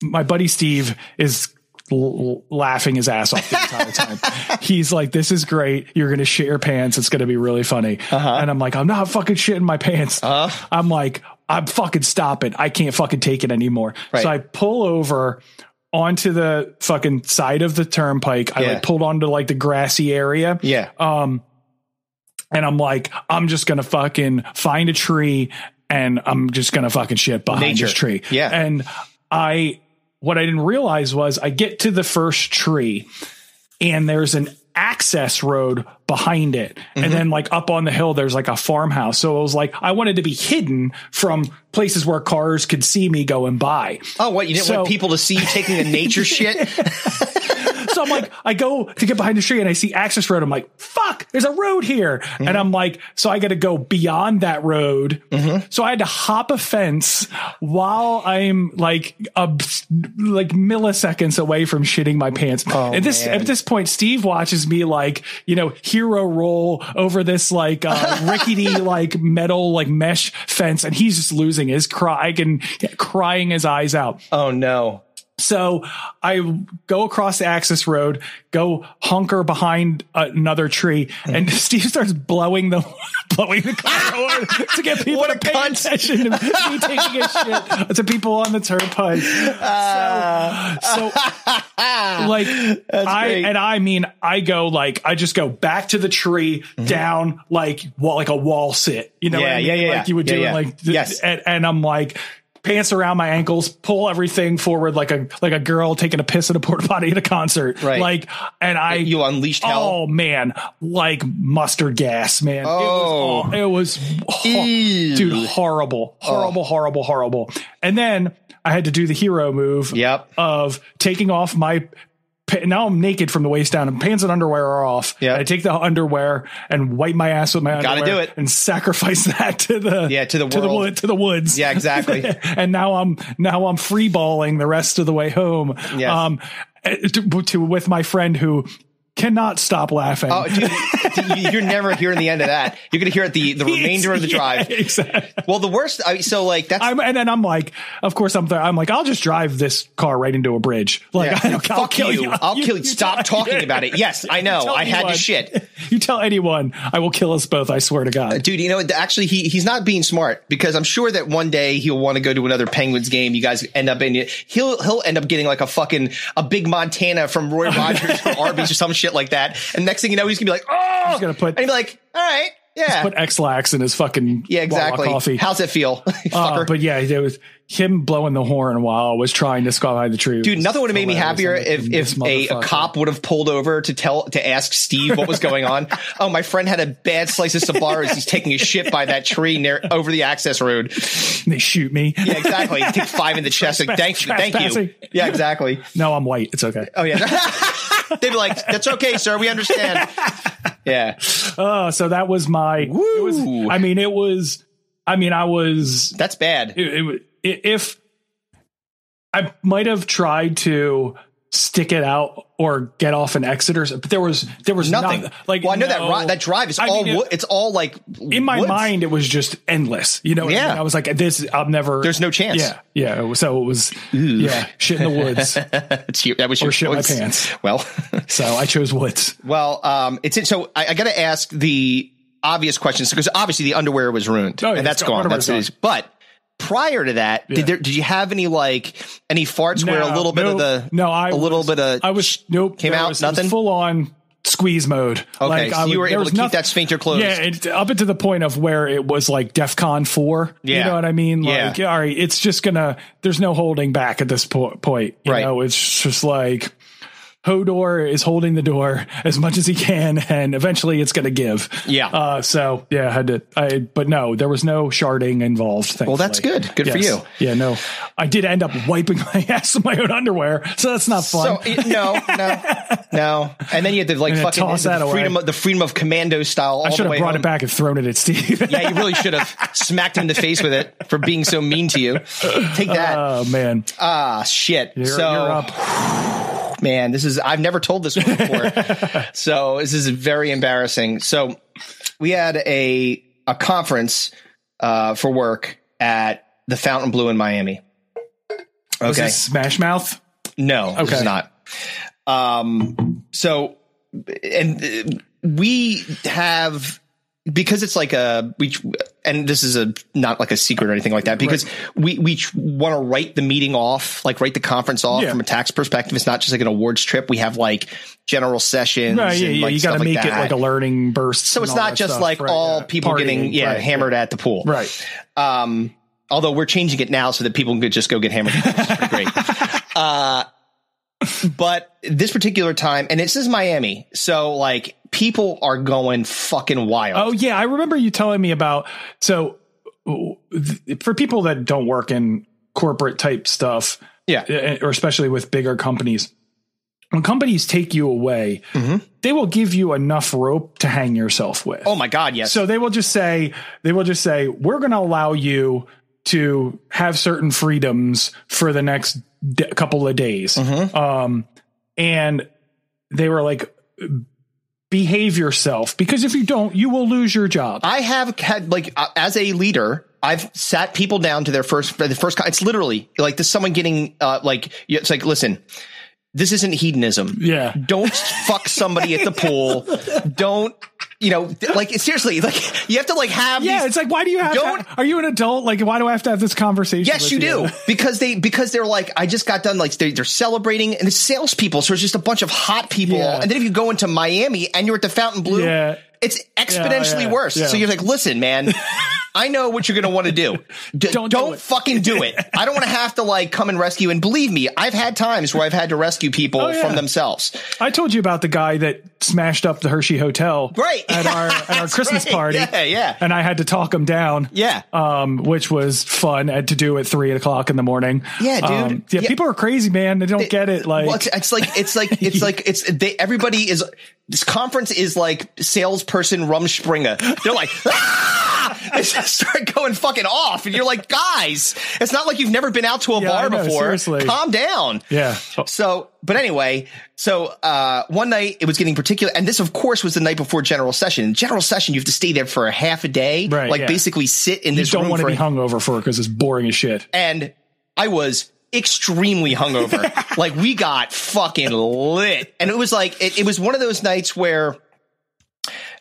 my buddy Steve is l- l- laughing his ass off the entire time. [LAUGHS] He's like, "This is great. You're gonna shit your pants. It's gonna be really funny." Uh-huh. And I'm like, "I'm not fucking shitting my pants." I'm like, "I'm fucking stopping. I can't fucking take it anymore." Right. So I pull over onto the fucking side of the turnpike. I Yeah. like pulled onto like the grassy area. Yeah. Um, and I'm like, I'm just gonna fucking find a tree and I'm just gonna fucking shit behind Nature. this tree. Yeah. And I, what I didn't realize was I get to the first tree and there's an access road behind it. Mm-hmm. And then like up on the hill, there's like a farmhouse. So it was like, I wanted to be hidden from places where cars could see me going by. oh, what you didn't so- want people to see you taking a [LAUGHS] nature shit? so I'm like, I go to get behind the tree and I see access road. I'm like, fuck, there's a road here. And I'm like, so I got to go beyond that road. So I had to hop a fence while I'm like, a, like milliseconds away from shitting my pants. at this, man. at this point, Steve watches me like, you know, hero roll over this like, uh, rickety, like metal, like mesh fence. And he's just losing his cry and crying his eyes out. Oh no. So I go across the access road, go hunker behind another tree, Hmm. and [LAUGHS] Steve starts blowing the [LAUGHS] blowing the [LAUGHS] car horn to get people What to a pay cunt. attention to me taking [LAUGHS] a shit to people on the turnpike. [LAUGHS] So, so like I great. and I mean I go like I just go back to the tree down like wall, like a wall sit, you know, what Mm-hmm. Yeah, I mean? yeah, yeah, like you would yeah, do in, yeah. like th- Yes. and, and I'm like pants around my ankles, pull everything forward like a like a girl taking a piss in a porta potty at a concert. Right. Like and I You unleashed hell. Oh man, like mustard gas, man. Oh. It was all, it was Ew. dude horrible, horrible, horrible, horrible. And then I had to do the hero move Yep. of taking off my pa- now I'm naked from the waist down, and pants and underwear are off. Yeah. I take the underwear and wipe my ass with my Gotta underwear. do it. and sacrifice that to the Yeah, to the to the world. wood to the woods. Yeah, exactly. and now I'm now I'm free balling the rest of the way home. Yes. Um, to, to- with my friend who cannot stop laughing. Oh, dude, you- you're never hearing the end of that. You're going to hear it [LAUGHS] the, the remainder of the Yeah, drive. exactly. Well, the worst. I, so like that's I'm, and then I'm like, of course I'm there. I'm like, I'll just drive this car right into a bridge. Like, Yeah. I don't, I'll Fuck kill [LAUGHS] you. I'll kill you. Stop talking about it. Yes, [LAUGHS] I know. Tell I had anyone. to shit. You tell anyone, I will kill us both. I swear to God. Dude, you know, actually, he he's not being smart because I'm sure that one day he'll want to go to another Penguins game. You guys end up in he'll he'll end up getting like a fucking a big Montana from [LAUGHS] Roy Rogers or Arby's or some shit like that. And next thing you know, he's gonna be like, oh, He's gonna put- and he'll be like, all right, yeah, Put X lax in his fucking Uh, yeah, Wawa exactly. coffee. How's it feel, [LAUGHS] Uh, fucker? but yeah, there was him blowing the horn while I was trying to squat the tree. Dude, nothing would have made me happier Hilarious. I'm if like, if this a, a motherfucker. cop would have pulled over to tell to ask Steve what was going [LAUGHS] on. oh, my friend had a bad slice of Sabaro as he's taking a shit by that tree near over the access road. They shoot me. Yeah, [LAUGHS] exactly. Take five in the chest. Like, thank you, thank you. Trespassing. Yeah, exactly. No, I'm white. It's okay. Oh yeah. [LAUGHS] They'd be like, "That's okay, sir. We understand." Yeah, Uh, so that was my. it was- Woo. I mean, it was. I mean, I was that's bad. it, it, wa- i- if I might have tried to stick it out or get off an exit or something, but there was there was Nothing. nothing. like, well, I know no- that ri- that drive is I all. mean, wo- it- it's all like in my woods. mind, it was just endless. You know, what I mean? Yeah. I was like, this, I'm never. There's no chance. Yeah, yeah. it was- So it was, yeah, shit in the woods. [LAUGHS] [LAUGHS] It's you- that was your Or oh, shit my choice. pants. Well, [LAUGHS] so I chose woods. well, um, it's in, so I, I got to ask the obvious questions because obviously the underwear was ruined Oh, yeah, and that's it's gone. gone. That's Underwear's it. But prior to that, Yeah. did there, did you have any like any farts where a No, little bit of no, the no, I a little was- bit of I was nope came there out? was- it was nothing. full on squeeze mode. Okay, so you were able to keep that sphincter closed. Yeah, it, up into the point of where it was like DefCon four. Yeah. you know what I mean. Yeah. Like, all right, it's just gonna. There's no holding back at this po- point. You Right. know, it's just like. Hodor is holding the door as much as he can, and eventually it's going to give. Yeah. Uh, so yeah, I had to. I but no, there was no sharding involved. Thankfully. that's good. Good for you. Yeah. No, I did end up wiping my [LAUGHS] ass with my own underwear, so that's not So fun. it, no, no, no. And then you had to like And then fucking toss the that away. freedom of the freedom of commando style. All I should the have way brought home. it back and thrown it at Steve. Yeah, you really should have smacked him in the face with it for being so mean to you. Take that. [LAUGHS] oh man. Ah, shit. You're, so, you're up. man, this is I've never told this one [LAUGHS] before. so this is very embarrassing. So we had a a conference uh, for work at the Fountain Blue in Miami. Okay. Was this Smash Mouth? No, okay. Okay. not. Um, so, and uh, we have because it's like a we and this is a not like a secret or anything like that because we we want to write the meeting off like write the conference off Yeah. from a tax perspective it's not just like an awards trip we have like general sessions Right, yeah, and, yeah. like, you got stuff to make it that. like a learning burst. so and it's all not that just stuff. like Right, all yeah. people Partying, getting yeah right, hammered at the pool yeah. Right. um, although we're changing it now so that people could just go get [LAUGHS] hammered. It's pretty great. Uh, but this particular time, and this is Miami, so like people are going fucking Oh wild. yeah, I remember you telling me about. So th- for people that don't work in corporate type stuff, yeah, eh, or especially with bigger companies, when companies take you away, they will give you enough rope to hang yourself with. Oh my god, yes. So they will just say they will just say we're going to allow you to have certain freedoms for the next d- couple of days. Mm-hmm. Um, and they were like, behave yourself because if you don't, you will lose your job. I have had like uh, as a leader, I've sat people down to their first for the first. con- It's literally like this someone getting uh, like it's like listen, this isn't hedonism. yeah. don't fuck somebody at the pool. [LAUGHS] Don't, you know, like seriously, like you have to like have Yeah, these- it's like why do you have? Don't- to, are you an adult? Like why do I have to have this conversation? Yes, with you do [LAUGHS] because they because they're like I just got done like they, they're celebrating and it's salespeople, so it's just a bunch of hot people. Yeah. And then if you go into Miami and you're at the Fountain Blue, Yeah. it's exponentially yeah, worse. So yeah. you're like, listen, [LAUGHS] man, I know what you're gonna want to do. D- Don't don't do it." fucking do it. I don't want to have to like come and rescue. And believe me, I've had times where I've had to rescue people Oh, yeah. from themselves. I told you about the guy that smashed up the Hershey Hotel Right. [LAUGHS] at our at our That's Christmas right. party. Yeah, yeah. And I had to talk them down. Yeah. Um, which was fun and to do at three o'clock in the morning. Yeah, dude. Um, yeah, Yeah. people are crazy, man. They don't get it. Like Well, it's, it's like it's [LAUGHS] like it's like it's they everybody is this conference is like salesperson Rumspringa. They're like [LAUGHS] ah! they just start going fucking off, and you're like, guys, it's not like you've never been out to a Yeah, I bar know, before. seriously. Calm down. Yeah. Oh, [LAUGHS] So, but anyway, so uh, one night it was getting particular, and this, of course, was the night before general session. In general session, you have to stay there for a half a day, Right, like yeah. basically sit in you this don't room want to for be hungover for it because it's boring as shit. and I was extremely hungover. like we got fucking lit. And it was like it, it was one of those nights where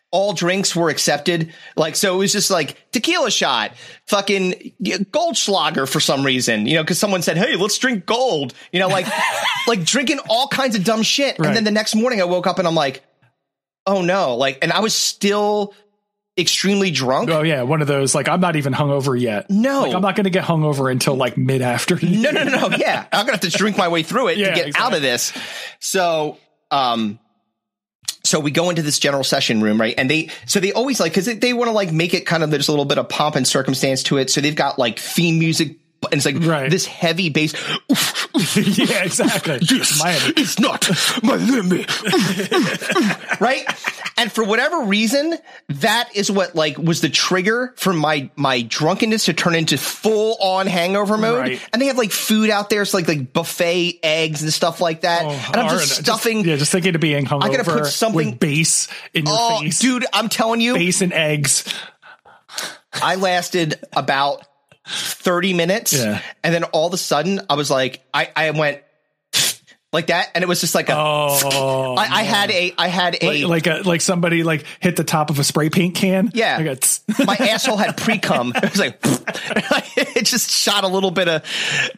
all drinks were accepted. Like so it was just like tequila shot, fucking Goldschlager for some reason, you know, cuz someone said, "Hey, let's drink gold." You know, like like drinking all kinds of dumb shit. Right. And then the next morning I woke up and I'm like, "Oh no." Like and I was still extremely drunk. Oh yeah, one of those like I'm not even hungover yet. No. like I'm not going to get hungover until like mid afternoon. no, no, no, no. Yeah, I'm gonna have to drink my way through it Yeah, to get out of this. So, um, so we go into this general session room, right? And they, so they always like because they, they want to like make it kind of there's a little bit of pomp and circumstance to it. So they've got like theme music. And it's like Right. this heavy bass. Oof, oof, [LAUGHS] yeah, exactly. [LAUGHS] Yes, Miami. it's not my limit. [LAUGHS] right? And for whatever reason, that is what like was the trigger for my my drunkenness to turn into full on hangover mode. Right. And they have like food out there, it's like like buffet eggs and stuff like that. Oh, and I'm hard. just stuffing. yeah, just thinking of being hungover. gotta put something- with base in your oh, face, dude, I'm telling you, base and eggs. I lasted about 30 minutes. Yeah. And then all of a sudden I was like, I, I went like that. And it was just like a I Oh, I had a, I had a, like, like a like somebody like hit the top of a spray paint can. Yeah. Like a tss. [LAUGHS] my asshole had pre cum. It was like [LAUGHS] it just shot a little bit of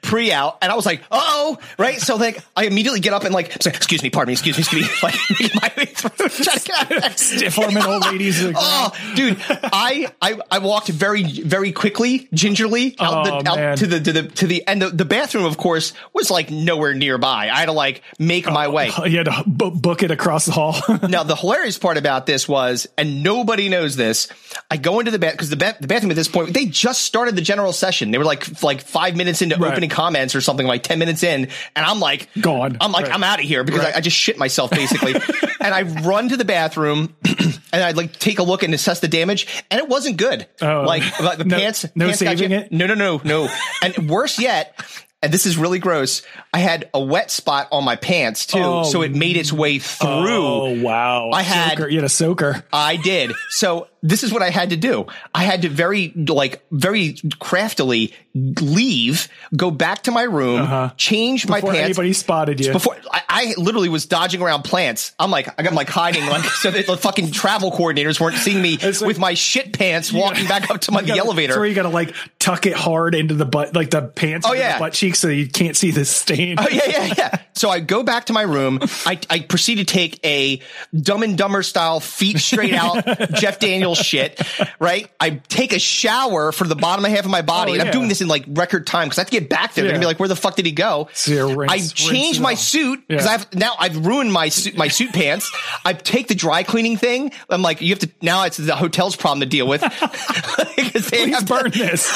pre out, and I was like, "Oh, right." So like, I immediately get up and like, it's like, "Excuse me, pardon me, excuse me, excuse me." [LAUGHS] Like, making my way through, trying to get out of that. [LAUGHS] stiff arm and old ladies. Like, Oh, dude, I, I I walked very very quickly, gingerly out, Oh, the, man. out to the to the to the and the, the bathroom, of course, was like nowhere nearby. I had to like make my way. [LAUGHS] You had to bu- book it across [LAUGHS] the hall. Now, the hilarious part about this was, and nobody knows this. I go into the bath because the, ba- the bathroom at this point they just started the general session. They were like f- like five minutes into Right. opening comments or something, like ten minutes in, and I'm like Gone. I'm like Right. I'm out of here because I, I just shit myself [LAUGHS] basically, and I run to the bathroom. [CLEARS THROAT] And I'd like take a look and assess the damage, and it wasn't good. Oh. like like, the [LAUGHS] No- pants, no pants got saving you- it? No, no, no, no. and worse yet, and this is really gross. I had a wet spot on my pants too, Oh. so it made its way through. Oh wow! I had- Uh, soaker. you had a soaker. I did. So this is what I had to do. I had to very, like, very craftily leave, go back to my room, change Uh-huh. Before my pants. anybody spotted you. before I, I literally was dodging around plants, I'm like I'm like hiding, like [LAUGHS] so that the fucking travel coordinators weren't seeing me It's like- with my shit pants walking back up to [LAUGHS] my You gotta- elevator. That's where you gotta like tuck it hard into the butt, like the pants. Oh, into the yeah. butt cheek, so you can't see the stain. [LAUGHS] Oh, yeah, yeah, yeah. So I go back to my room. I, I proceed to take a dumb and dumber style feet straight [LAUGHS] out Jeff Daniels shit, right? I take a shower for the bottom half of my body. Oh, and yeah. I'm doing this in like record time because I have to get back there. They're Yeah. gonna be like, where the fuck did he go? So you rinse- I rinse change it my off. suit because Yeah. I've now I've ruined my suit, my suit pants. I take the dry cleaning thing. I'm like, you have to now it's the hotel's problem to deal with. [LAUGHS] 'Cause they [LAUGHS] Please have to- burn this.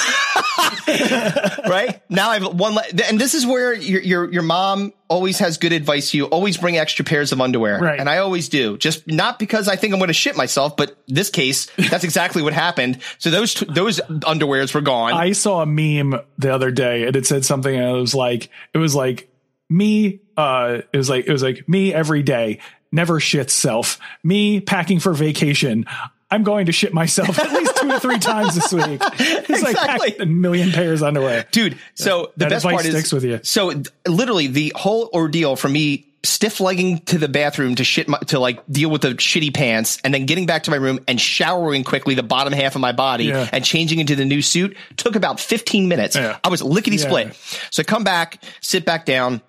right now i've one le- and this is where your, your your mom always has good advice to you always bring extra pairs of underwear Right. and i always do just not because i think i'm going to shit myself but this case that's exactly what happened so those t- those underwears were gone I saw a meme the other day, and it said something, and it was like, it was like me. Uh, it was like it was like me every day, never shit self. Me packing for vacation. I'm going to shit myself at least two [LAUGHS] or three times this week. It's like pack Exactly. a million pairs of underwear. dude so the That best advice part is sticks with you. so th- literally the whole ordeal for me stiff legging to the bathroom to shit my, to like deal with the shitty pants and then getting back to my room and showering quickly the bottom half of my body Yeah. and changing into the new suit took about 15 minutes Yeah. i was lickety split Yeah. so I come back sit back down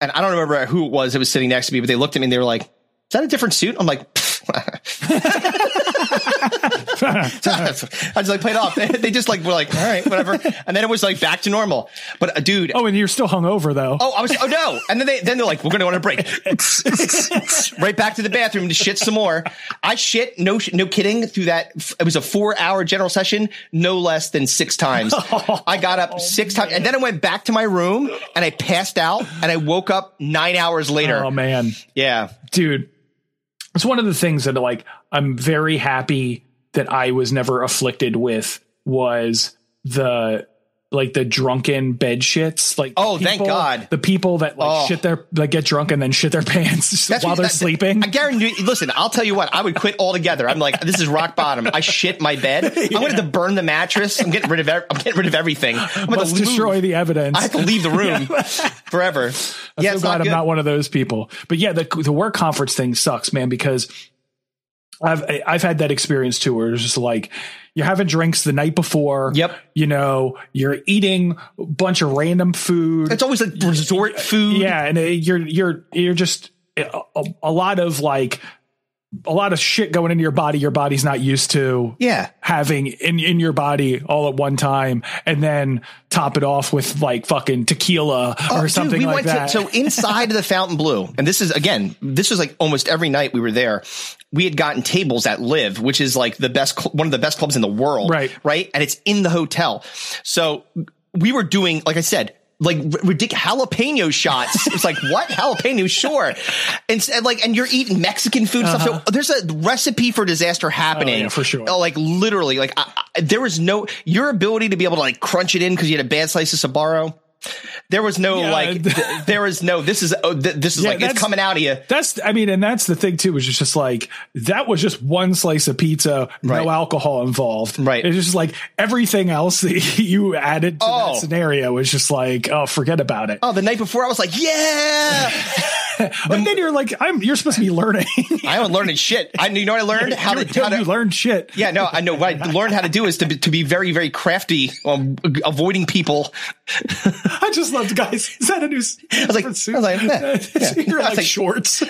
and i don't remember who it was that was sitting next to me but they looked at me and they were like is that a different suit i'm like [LAUGHS] I just like played off. [LAUGHS] They just like were like, all right, whatever. And then it was like back to normal. But uh, dude, oh, Oh, and you're still hungover though. I was oh no. And then they then they're like, we're gonna want a break. right back to the bathroom to shit some more. I shit no sh- no kidding through that. f- It was a four hour general session, no less than six times. I got [LAUGHS] Oh, up six times, and then I went back to my room and I passed out, and I woke up nine hours later. [LAUGHS] Oh man, yeah, dude, it's one of the things that like I'm very happy that I was never afflicted with was the like the drunken bed shits. Like Oh, the thank God. the people that like Oh. shit their like get drunk and then shit their [LAUGHS] pants That's while what- they're that- sleeping. I guarantee. Listen, I'll tell you what. I would quit altogether. I'm like, this is rock bottom. I shit my bed. I'm going to burn the mattress. I'm getting rid of. ev- I'm getting rid of everything. I'm going Let's to destroy Leave. the evidence. I have to leave the [LAUGHS] room forever. I'm yeah, so it's glad not I'm good. not one of those people. But yeah, the the work conference thing sucks, man, because I've I've had that experience too, where it's just like you're having drinks the night before. Yep. You know, you're eating a bunch of random food. it's always like resort food. yeah, and uh, you're you're you're just a, a- a lot of like a lot of shit going into your body. Your body's not used to yeah. having in in your body all at one time, and then top it off with like fucking tequila Oh, or dude, something we like went that. To, so inside of the Fountain Blue, and this is again, this was like almost every night we were there. We had gotten tables at Live, which is like the best, cl- one of the best clubs in the world, Right. Right, and it's in the hotel. So we were doing, like I said. Like ridiculous jalapeno shots. It's like what [LAUGHS] jalapeno? Sure, and, and like and you're eating Mexican food and stuff. So there's a recipe for disaster happening Uh-huh. yeah, for sure. Oh, like literally, like I, I, there was no your ability to be able to like crunch it in because you had a bad slice of Sabaro. There was no Yeah. like. [LAUGHS] th- there was no. This is oh, th- this is Yeah, like that's- it's coming out of you. That's, I mean, and that's the thing too, is it's just like, that was just one slice of pizza, Right. no alcohol involved. Right. It's just like everything else [LAUGHS] that you added to Oh. that scenario was just like, oh, forget about it. Oh, the night before I was like, yeah, and then you're like, I'm, you're supposed to be learning. [LAUGHS] I am learning shit. I you know what I learned how you, to how you to. learned shit. Yeah, no, I know what I learned how to do is to be, to be very very crafty, um, avoiding people. I just loved guys. Is that a new? I was like- I was [LAUGHS] like, yeah, yeah. you're I was like, like- [LAUGHS] shorts,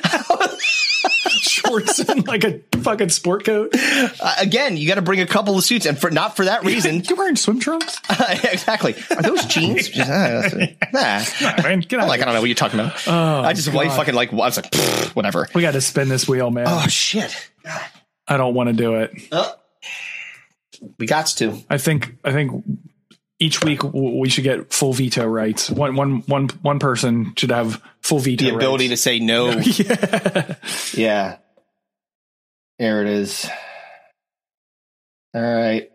shorts, and like a fucking sport coat. Uh, again, you got to bring a couple of suits, and for not for that reason, [LAUGHS] You're wearing swim trunks. exactly. Are those [LAUGHS] jeans? nah. Nah, man, get out. I'm of like, here. I don't know what you're talking [LAUGHS] about. I just like fucking like, I was like, "Pfft, whatever. we got to spin this wheel, man. Oh shit. I don't want to do it. We got to. I think I think each week w- we should get full veto rights. One one one one person should have full veto. The ability to say [LAUGHS] no. to. [LAUGHS] Yeah. yeah. There it is. All right.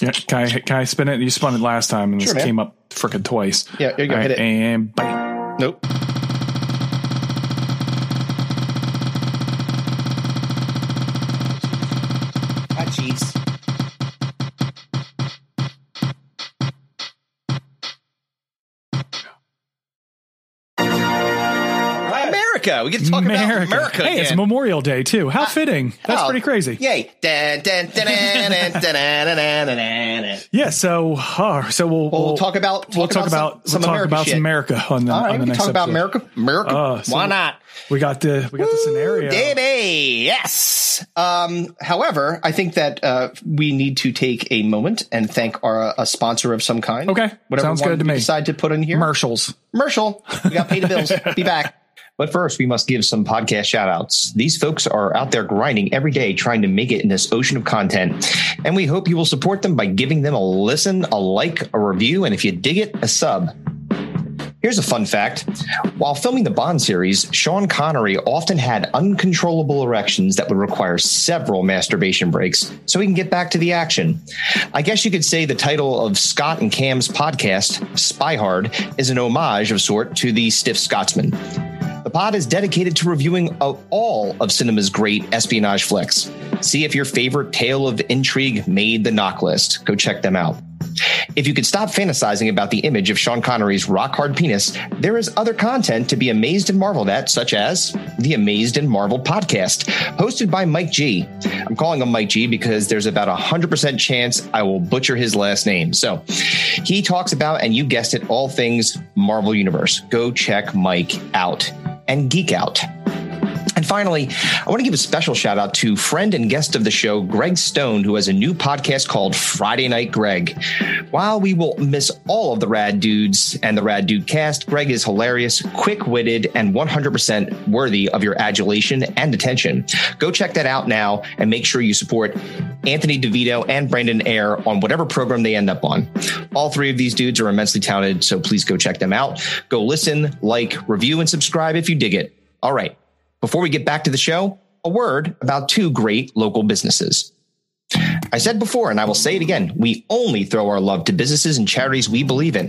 yeah. Can I can I spin it? You spun it last time, and Sure, this man. came up freaking twice. Yeah, here you go. All Hit it. And bang. Nope. Ah, jeez. America. We get to talk about America. Hey, it's again. Memorial Day too. How fitting. That's Oh, pretty crazy. Yay. Dun, dun, dun, dun, dun, dun, dun, dun, dun, [LAUGHS] dun. Yeah, so uh, so we'll, We'll talk about we'll talk about some, some we'll talk America about shit. some America on the All right, on we the can next talk about episode. America. America. Uh, so- Why not? We got the we got the scenario. Ooh, Baby, yes. Um, however, I think that uh, we need to take a moment and thank our a sponsor of some kind. Okay, whatever sounds one good to we me. Decide to put in here Commercials. commercial. We got to pay the [LAUGHS] bills. Be back. But first, we must give some podcast shout outs. These folks are out there grinding every day trying to make it in this ocean of content. And we hope you will support them by giving them a listen, a like, a review, and if you dig it, a sub. Here's a fun fact. While filming the Bond series, Sean Connery often had uncontrollable erections that would require several masturbation breaks so he can get back to the action. I guess you could say the title of Scott and Cam's podcast, Spy Hard, is an homage of sort to the Stiff Scotsman. The pod is dedicated to reviewing of all of cinema's great espionage flicks. See if your favorite tale of intrigue made the knock list. Go check them out. If you could stop fantasizing about the image of Sean Connery's rock hard penis, there is other content to be amazed and marveled at, such as the Amazed and Marveled podcast, hosted by Mike G. I'm calling him Mike G because there's about a 100% chance I will butcher his last name. So he talks about, and you guessed it, all things Marvel Universe. Go check Mike out and geek out. And finally, I want to give a special shout out to friend and guest of the show, Greg Stone, who has a new podcast called Friday Night Greg. While we will miss all of the Rad Dudes and the Rad Dude cast, Greg is hilarious, quick witted, and 100% worthy of your adulation and attention. Go check that out now and make sure you support Anthony DeVito and Brandon Air on whatever program they end up on. All three of these dudes are immensely talented, so please go check them out. Go listen, like, review, and subscribe if you dig it. All right. Before we get back to the show, a word about two great local businesses. I said before, and I will say it again we only throw our love to businesses and charities we believe in.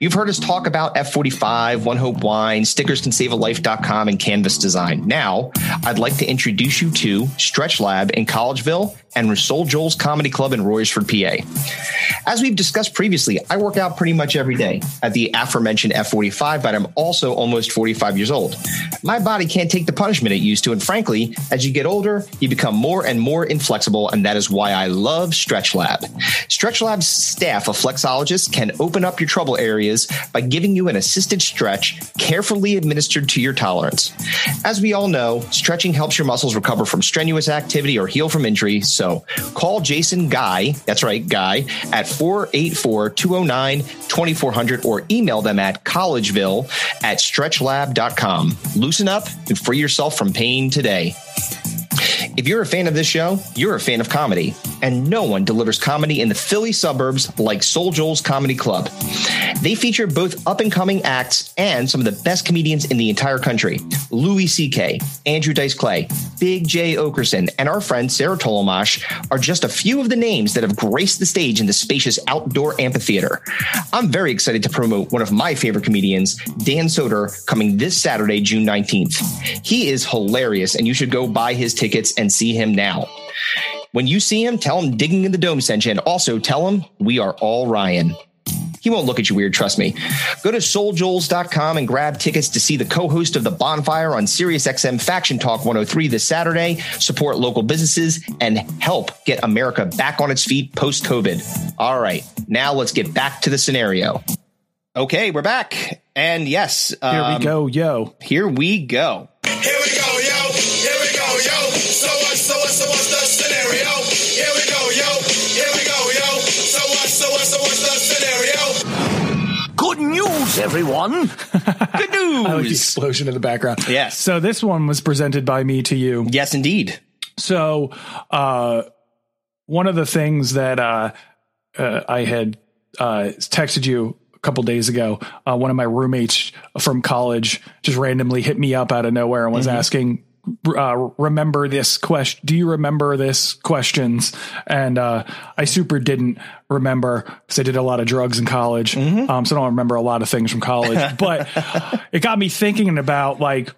You've heard us talk about F45, One Hope Wine, stickerscansavealife.com, and Canvas Design. Now, I'd like to introduce you to Stretch Lab in Collegeville and Rasul Joel's Comedy Club in Royersford, PA. As we've discussed previously, I work out pretty much every day at the aforementioned F45, but I'm also almost 45 years old. My body can't take the punishment it used to, and frankly, as you get older, you become more and more inflexible, and that is why I love Stretch Lab. Stretch Lab's staff of flexologists can open up your trouble areas by giving you an assisted stretch carefully administered to your tolerance. As we all know, stretching helps your muscles recover from strenuous activity or heal from injury, so call Jason Guy, that's right, Guy, at 484 209 2400 or email them at collegeville at stretchlab.com. Loosen up and free yourself from pain today. If you're a fan of this show, you're a fan of comedy, and no one delivers comedy in the Philly suburbs like Soul Joel's Comedy Club. They feature both up and coming acts and some of the best comedians in the entire country Louis C.K., Andrew Dice Clay, Big J. Okerson, and our friend Sarah Tolomash are just a few of the names that have graced the stage in the spacious outdoor amphitheater. I'm very excited to promote one of my favorite comedians, Dan Soder, coming this Saturday, June 19th. He is hilarious, and you should go buy his tickets and see him now. When you see him, tell him digging in the dome sent you, and also tell him we are all Ryan. He won't look at you weird, trust me. Go to souljoles.com and grab tickets to see the co host of The Bonfire on SiriusXM Faction Talk 103 this Saturday. Support local businesses and help get America back on its feet post COVID. All right, now let's get back to the scenario. Okay, we're back. And yes, Here um, we go, yo. Here we go. Here we go, yo. Here we go, yo. So what, so what, so what's the scenario? Here we go, yo. Here we go, yo. So what, so what, so what's the scenario? Good news, everyone. Good I like the news. explosion in the background. Yes. So this one was presented by me to you. Yes, indeed. So, uh, one of the things that uh, uh, I had uh, texted you a couple days ago, uh, one of my roommates from college just randomly hit me up out of nowhere and was asking, uh, "Remember this question? Do you remember this questions?" And uh, I super didn't remember because I did a lot of drugs in college, um, so I don't remember a lot of things from college. but it got me thinking about like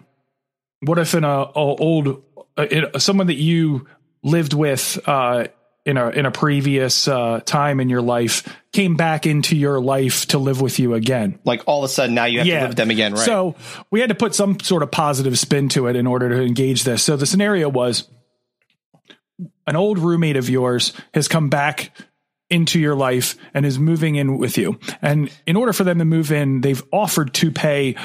what if in a, a old uh, in, someone that you lived with uh, in a in a previous uh, time in your life came back into your life to live with you again? Like all of a sudden now you have to live with them again, right? So we had to put some sort of positive spin to it in order to engage this. So the scenario was an old roommate of yours has come back into your life and is moving in with you. And in order for them to move in, they've offered to pay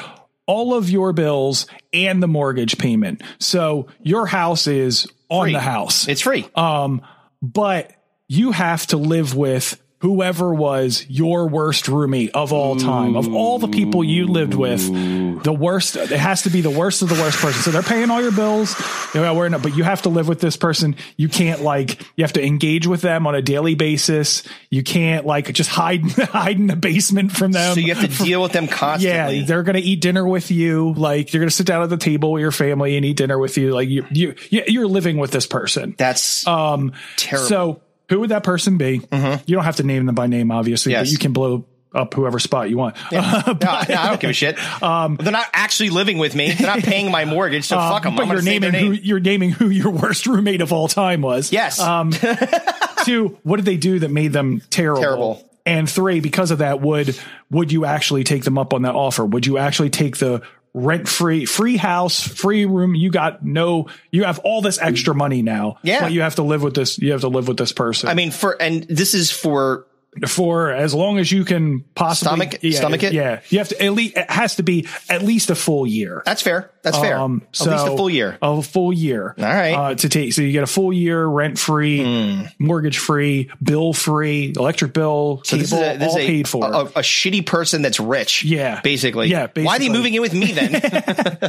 all of your bills and the mortgage payment. So your house is on Free. the house it's free. uh, Um, but you have to live with whoever was your worst roommate of all time of all the people you lived with the worst it has to be the worst of the worst person so they're paying all your bills they're not wearing it but you have to live with this person you can't like you have to engage with them on a daily basis you can't like just hide [LAUGHS] hide in the basement from them so you have to deal with them constantly. yeah, they're gonna eat dinner with you. Like you're gonna sit down at the table with your family and eat dinner with you. Like you, you, you- you're living with this person. That's Um, terrible. Mm-hmm. So who would that person be? You don't have to name them by name, obviously, Yes. but you can blow up whoever spot you want. [LAUGHS] no, I- no, I don't give a shit. Um, they're not actually living with me. [LAUGHS] They're not paying my mortgage, so fuck them. I'm but you're going to naming their name. who you're naming who your worst roommate of all time was. Um, yes. [LAUGHS] Two, what did they do that made them terrible? Terrible. And three, because of that, would would you actually take them up on that offer? Would you actually take the rent free free house, free room? You got no you have all this extra money now. Yeah. But you have to live with this you have to live with this person. I mean, for and this is for for as long as you can possibly Stomach- yeah, stomach it? Yeah, you have to at least it has to be at least a full year. That's fair. That's fair. Um, so uh, At least a full year. A full year. All right. Hmm. Uh, to take so you get a full year rent free, mortgage free, bill free, electric bill, So cable, this is a, this all is a, paid for. a, a shitty person that's rich. Yeah. Basically. Yeah, Why are they basically. moving in with me [LAUGHS] then?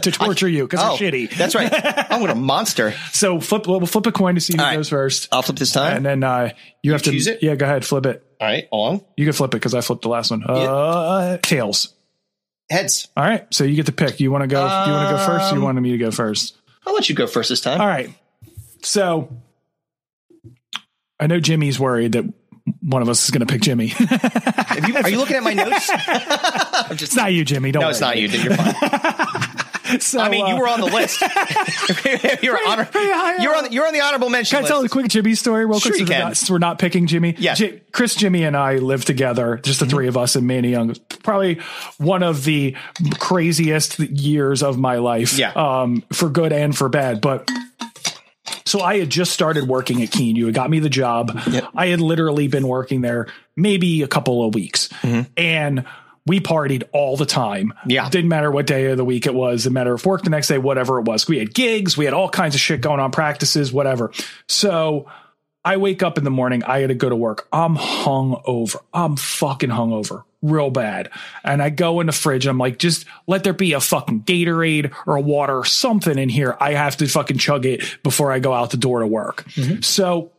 to torture you because oh, I'm shitty. That's right. I'm with a monster. So flip. We'll flip a coin to see who All right. goes first, I'll flip this time. and then uh, you, have to choose it? Yeah, go ahead, flip it. All right. On. You can flip it because I flipped the last one. Uh, tails. Heads. All right, so you get to pick. You want to go? do you want to go first? Or Um, you wanted me to go first? I'll let you go first this time. All right. So I know Jimmy's worried that one of us is going to pick Jimmy. [LAUGHS] it's Have you- are you looking at my [LAUGHS] notes? I'm just. not you, Jimmy. Don't. no, it's worry. not you. You're fine. So, I mean, you uh, were on the [LAUGHS] list. [LAUGHS] you're honor- pretty high You're up. on. the- You're on the honorable mention Can I list. tell a quick Jimmy story real Sure quick? you since we're, can. not, since we're not picking Jimmy. Yeah. Ji- Chris, Jimmy, and I live together, just the three of us in Manny Young. Probably one of the craziest years of my life. Yeah. Um, for good and for bad. But so I had just started working at Keen. You had got me the job. I had literally been working there maybe a couple of weeks. And we partied all the time. Yeah. Didn't matter what day of the week it was, didn't matter if work the next day, whatever it was. We had gigs, we had all kinds of shit going on, practices, whatever. So I wake up in the morning, I had to go to work. I'm hung over. I'm fucking hungover real bad. And I go in the fridge and I'm like, just let there be a fucking Gatorade or a water or something in here. I have to fucking chug it before I go out the door to work. So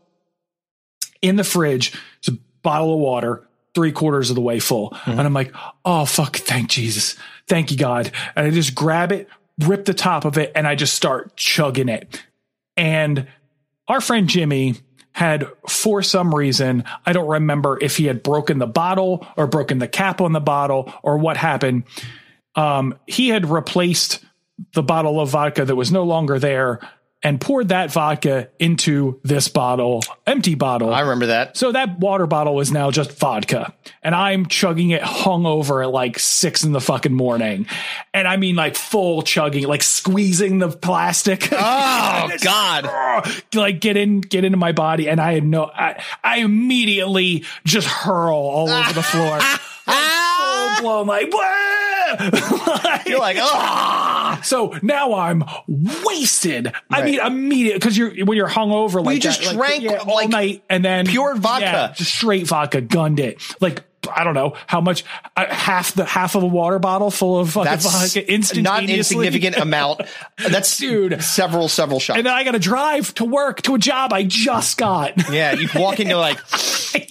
in the fridge, it's a bottle of water, three quarters of the way full. And I'm like, oh, fuck, thank Jesus. Thank you, God. And I just grab it, rip the top of it, and I just start chugging it. And our friend Jimmy had, for some reason, I don't remember if he had broken the bottle or broken the cap on the bottle or what happened. Um, he had replaced the bottle of vodka that was no longer there and poured that vodka into this bottle, empty bottle. I remember that. So that water bottle is now just vodka, and I'm chugging it hungover at like six in the fucking morning, and I mean like full chugging, like squeezing the plastic. [LAUGHS] Oh God. [LAUGHS] like get in, get into my body, and I had no. I, I immediately just hurl all over [LAUGHS] the floor, full blown like. [LAUGHS] "Wah!" Like- You're like, oh. so now I'm wasted. I Right. mean, immediate because you're when you're hungover like you just that, like, drank, all like, night and then pure vodka. just straight vodka, gunned it like. I don't know how much uh, half the half of a water bottle full of fucking That's vodka not [LAUGHS] instantaneously. [LAUGHS] insignificant amount. That's Dude. several several shots. And then I got to drive to work to a job I just got. yeah, you walk into [LAUGHS] like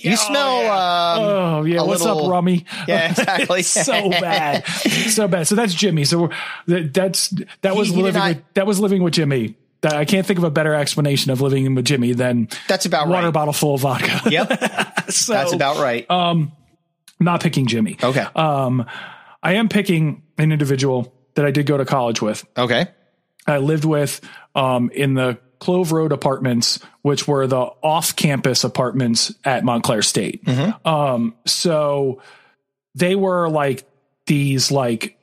you smell. Um, Oh yeah, a what's little- up, Rummy? [LAUGHS] Yeah, exactly. It's so bad, so bad. So that's Jimmy. So we're- that, that's that was He- he did living not- with, that was living with Jimmy. That- I can't think of a better explanation of living with Jimmy than That's about water right. bottle full of [LAUGHS] vodka. [LAUGHS] Yep, so that's about right. Um, I'm not picking Jimmy. okay, Um, I am picking an individual that I did go to college with. okay. I lived with um, in the Clove Road apartments, which were the off campus apartments at Montclair State. Um, so they were like these like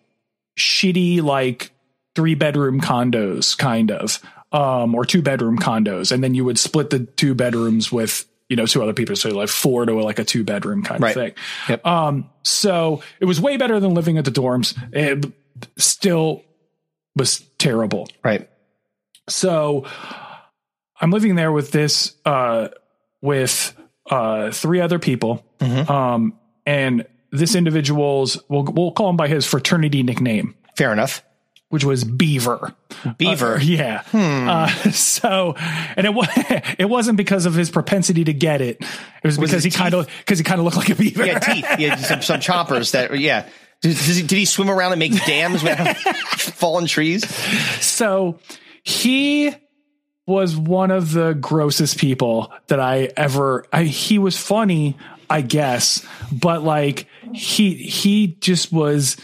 shitty, like three bedroom condos, kind of, um, or two bedroom condos. And then you would split the two bedrooms with, you know, two other people. So like four to like a two bedroom kind Right. of thing. Yep. Um, so it was way better than living at the dorms. It still was terrible. Right. So I'm living there with this uh with uh three other people. Mm-hmm. Um and this individual's we'll we'll call him by his fraternity nickname, Fair enough. which was Beaver. Beaver. [LAUGHS] Hmm. [LAUGHS] Uh, yeah. Uh, [LAUGHS] so, and it was [LAUGHS] it wasn't because of his propensity to get it. It was, because he his kind of because he kind of looked like a beaver. yeah, teeth. Yeah, some, some choppers that. Yeah. Did, does he, did he swim around and make dams when [LAUGHS] fallen trees? So he was one of the grossest people that I ever. I, he was funny, I guess, but like he he just was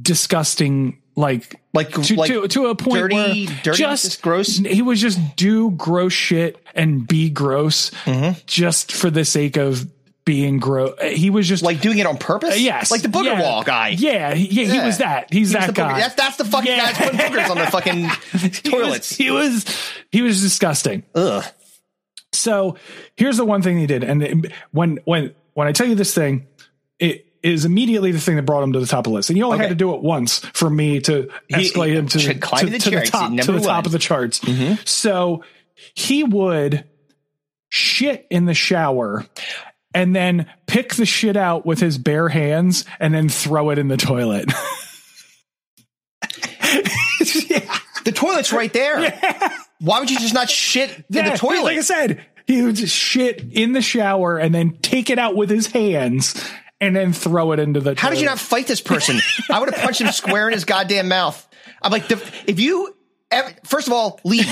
disgusting. Like Like- to like to, to a point dirty- where dirty, just just gross? He was just do gross shit and be gross Mm-hmm. just for the sake of being gross. He was just Like doing it on purpose? Uh, yes, Like the booger yeah, wall guy. Yeah, he- yeah, he Yeah. was that. He's He was that the booger- guy. That's, that's the fucking Yeah. guy that's putting boogers on the fucking toilets. [LAUGHS] He was, he was he was disgusting. Ugh. So here's the one thing he did, and it- when when when I tell you this thing, it is immediately the thing that brought him to the top of the list. And you only Okay. had to do it once for me to He- escalate him to, to climb to- the to charts, top, to number the top one. Mm-hmm. of the charts. So he would shit in the shower and then pick the shit out with his bare hands and then throw it in [LAUGHS] the toilet. [LAUGHS] Yeah. The toilet's right [LAUGHS] there. Why would you just not shit in Yeah, the toilet? Like I said, he would just shit in the shower and then take it out with his hands and then throw it into the How did you toilet. not fight this person? I would have punched him square in his goddamn mouth. I'm like, the- if you, ev- first of all, leave.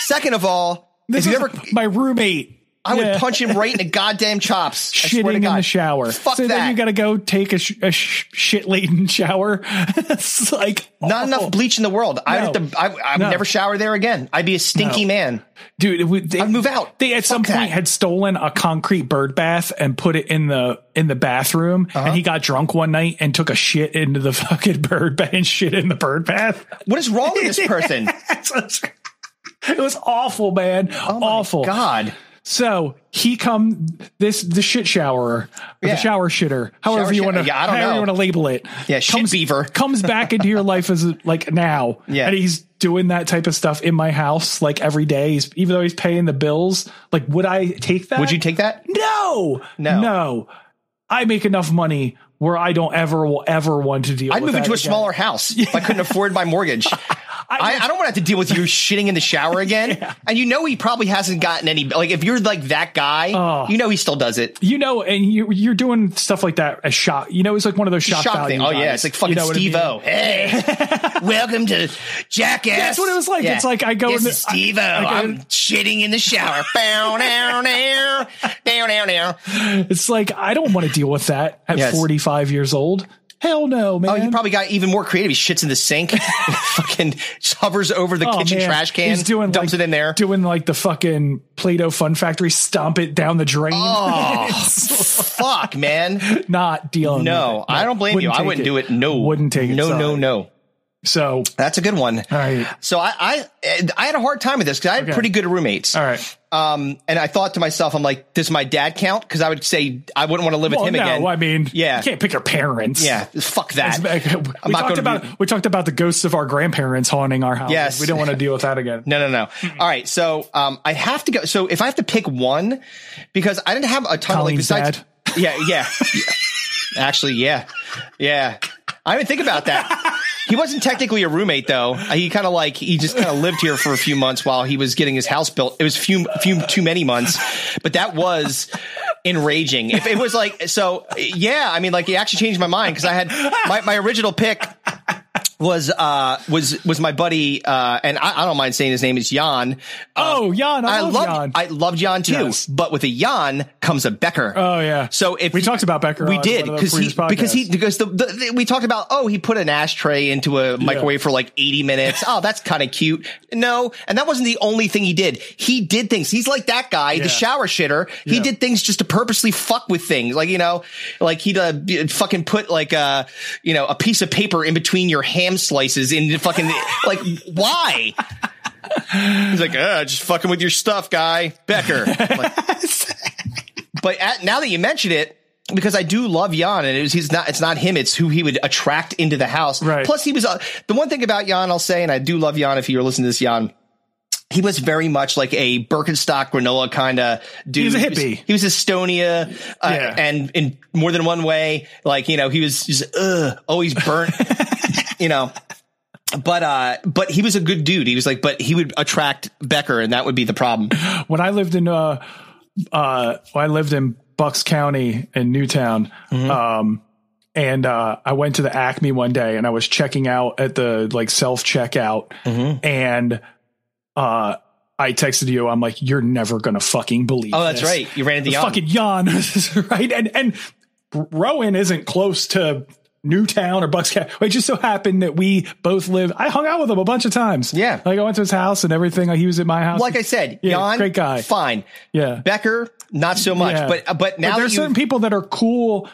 Second of all, This if you is ever, my roommate. I would Yeah. punch him right in the goddamn chops. I swear shitting to in God. the shower. Fuck that. so then you got to go take a, sh- a sh- shit laden shower. [LAUGHS] it's like not awful. enough bleach in the world. I No. would have to, I, I would No. never shower there again. I'd be a stinky No. man. dude. It would, they, I'd move out. They at Fuck some that. point had stolen a concrete bird bath and put it in the in the bathroom, Uh-huh. and he got drunk one night and took a shit into the [LAUGHS] fucking bird bath and shit in the bird bath. What is wrong with [LAUGHS] this person? it was awful, man. Oh my awful. God. So he come this the shit showerer, or Yeah. the shower shitter, however Shower you shit- want to, yeah, I don't however know. you want to label it. Yeah, shit comes, beaver. [LAUGHS] comes back into your life as a- like now, Yeah. and he's doing that type of stuff in my house like every day. He's even though he's paying the bills. Like, would I take that? Would you take that? No, No. no. I make enough money where I don't ever will ever want to deal. I'd with move that into a again. smaller house if I couldn't afford my [LAUGHS] mortgage. I, I don't want to have to deal with you shitting in the shower again. And you know he probably hasn't gotten any. Like if you're like that guy, Oh. you know he still does it. you know, and you you're doing stuff like that as shock. You know, it's like one of those shock, Shock value thing. Oh yeah, guys. it's like fucking You know what I Steve mean? O. Hey, [LAUGHS] welcome to Jackass. That's what it was like. It's like I go in This the- is Steve O. I- I go I'm in- shitting in the [LAUGHS] shower. Bow, down, down, down, down, down. It's like I don't want to deal with that at Yes. 45 years old. Hell no, man. Oh, he probably got even more creative. He shits in the sink, [LAUGHS] fucking just hovers over the Oh, kitchen man. trash can, He's doing dumps like, it in there. doing like the fucking Play-Doh Fun Factory, stomp it down the drain. Fuck, man. [LAUGHS] Not dealing. No, with it. I don't blame you. I take wouldn't do it. No, wouldn't take it. No, no, Sorry. no. So, That's a good one. all right, So I, I, I had a hard time with this because I had Okay. pretty good roommates. all right. Um, and I thought to myself, I'm like, does my dad count? Because I would say I wouldn't want to live with Well, him no, again. I mean, Yeah. you can't pick your parents. yeah, fuck that. I'm [LAUGHS] we not talked gonna about be- we talked about the ghosts of our grandparents haunting our house. Yes. we don't want to deal with that again. [LAUGHS] No, no, no. All right. So, um, I have to go. So if I have to pick one, because I didn't have a ton of like, Colleen's besides, [LAUGHS] dad. yeah, yeah, actually, yeah, yeah. I didn't think about that. He wasn't technically a roommate though. Uh, He kind of like, he just kind of lived here for a few months while he was getting his house built. It was few, few, too many months, but that was enraging. If it was like, so yeah, I mean, like it actually changed my mind because I had my, my original pick was uh was was my buddy uh and I, I don't mind saying his name is Jan. Uh, Oh, Jan, I, love loved Jan. I love Jan too, Yes. but with a Jan comes a Becker. Oh, yeah. So if We talked about Becker we on did one of the because he previous because he podcasts. because the, the, the- we talked about oh he put an ashtray into a microwave for like eighty minutes. oh, that's kind of cute. No, and that wasn't the only thing he did. He did things. He's like that guy, Yeah. the shower shitter. He Yeah. did things just to purposely fuck with things, like you know, like he'd uh, b- fucking put like a you know a piece of paper in between your ham slices in the fucking like why. He's like, uh, just fucking with your stuff, guy. Becker. I'm [LAUGHS] like, but at, now that you mention it, because I do love Jan, and it was, he's not, it's not him, it's who he would attract into the house. Right. Plus, he was uh, the one thing about Jan, I'll say, and I do love Jan if you're listening to this, Jan. He was very much like a Birkenstock granola kind of dude. was a He was, hippie. he was Estonia, uh, Yeah. and in more than one way, like you know, he was just ugh, always [LAUGHS] burnt, you know. But uh, but he was a good dude. He was like, but he would attract Becker, and that would be the problem. [LAUGHS] when I lived in uh uh when I lived in Bucks County in Newtown. Mm-hmm. Um and uh I went to the Acme one day and I was checking out at the like self checkout Mm-hmm. and uh I texted you. I'm like, you're never gonna fucking believe. Oh, that's this." right. You ran into The Jan. fucking yawn, [LAUGHS] right? And and Rowan isn't close to Newtown or Bucks County. It just so happened that we both live. I hung out with him a bunch of times. Yeah. like I went to his house and everything. Like he was at my house. Like I said, Yeah, Jan, great guy. fine. yeah, Becker, not so much. Yeah. But but now there's that you- certain people that are cool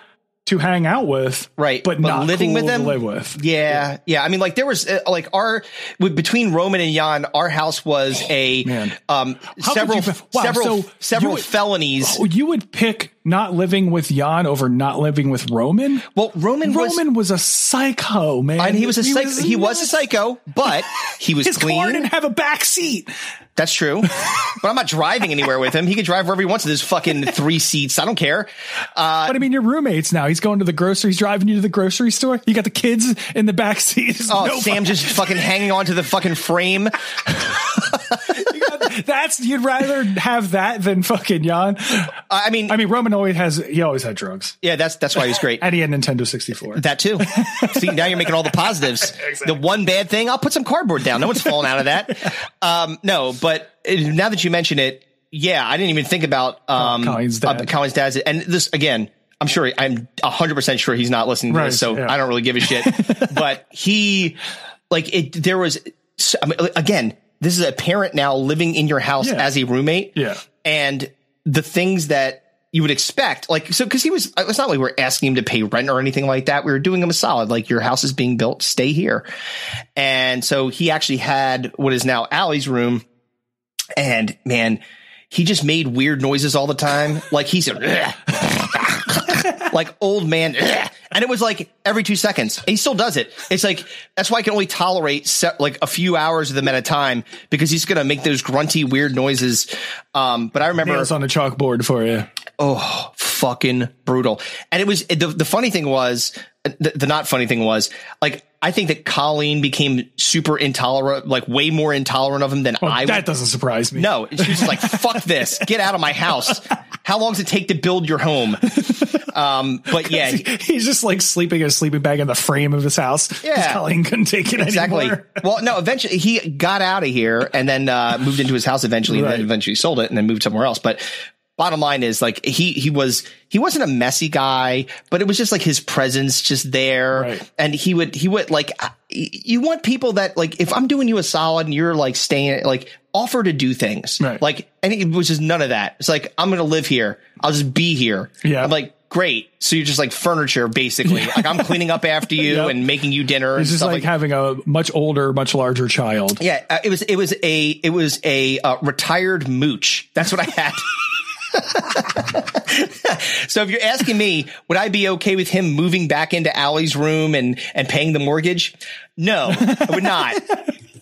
to hang out with, Right, But, but not living cool with them? to live with. yeah, yeah, I mean, like there was uh, like our with, between Roman and Jan, our house was a man. um How could several you- wow, several so you several would- felonies. Oh, you would pick not living with Jan over not living with Roman. Well, Roman, was, Roman was, a psycho, man. and he was a psych- he was a nuts. psycho, but [LAUGHS] he was His car clean. didn't have a back seat. That's true. but I'm not driving anywhere with him. He can drive wherever he wants with his fucking three seats. I don't care. but I mean, your roommates now. He's going to the grocery. He's driving you to the grocery store. You got the kids in the back seat. There's Oh, nobody. Sam just fucking hanging on to the fucking frame. That's you'd rather have that than fucking Jan. Uh, I mean, I mean, Roman always has. He always had drugs, yeah, that's that's why he was great. and he had Nintendo sixty four. That too. See, now you're making all the positives. The one bad thing, I'll put some cardboard down. No one's falling out of that. Um, no, but uh, now that you mention it, yeah, I didn't even think about um, Colin's Oh, dad. uh, Colin's dad's. And this again, I'm sure I'm 100 percent sure he's not listening to Right, this, so yeah. I don't really give a [LAUGHS] shit. but he, like, it. There was I mean, again. This is a parent now living in your house Yeah. as a roommate Yeah. and the things that you would expect, like, so, cause he was, uh, it's not like we're asking him to pay rent or anything like that. We were doing him a solid, like, your house is being built, stay here. And so he actually had what is now Allie's room. And man, he just made weird noises all the time. Like, he said, like old man. And it was like every two seconds. And he still does it. It's like, that's why I can only tolerate se- like a few hours of them at a time because he's going to make those grunty, weird noises. Um, but I remember Nails on a chalkboard for you. oh fucking brutal and it was the, the funny thing was the, the not funny thing was like i think that colleen became super intolerant like way more intolerant of him than Well, i that would doesn't surprise [LAUGHS] me. no she was just like fuck this get out of my house how long does it take to build your home um but [LAUGHS] yeah He's just like sleeping in a sleeping bag in the frame of his house. Yeah. His Colleen couldn't take it exactly anymore. [LAUGHS] well no eventually he got out of here and then uh moved into his house eventually and Right. then eventually sold it and then moved somewhere else but bottom line is like he he was he wasn't a messy guy but it was just like his presence just there Right. and he would he would like I- you want people that like if i'm doing you a solid and you're like staying like offer to do things Right. like and it was just none of that it's like i'm gonna live here i'll just be here Yeah. i'm like great so you're just like furniture basically like i'm cleaning up [LAUGHS] after you Yep. and making you dinner and It's just stuff like, like having a much older, much larger child. yeah, uh, it was it was a it was a uh, retired mooch. That's what I had. [LAUGHS] so if you're asking me, would I be okay with him moving back into Allie's room and and paying the mortgage? No, I would not.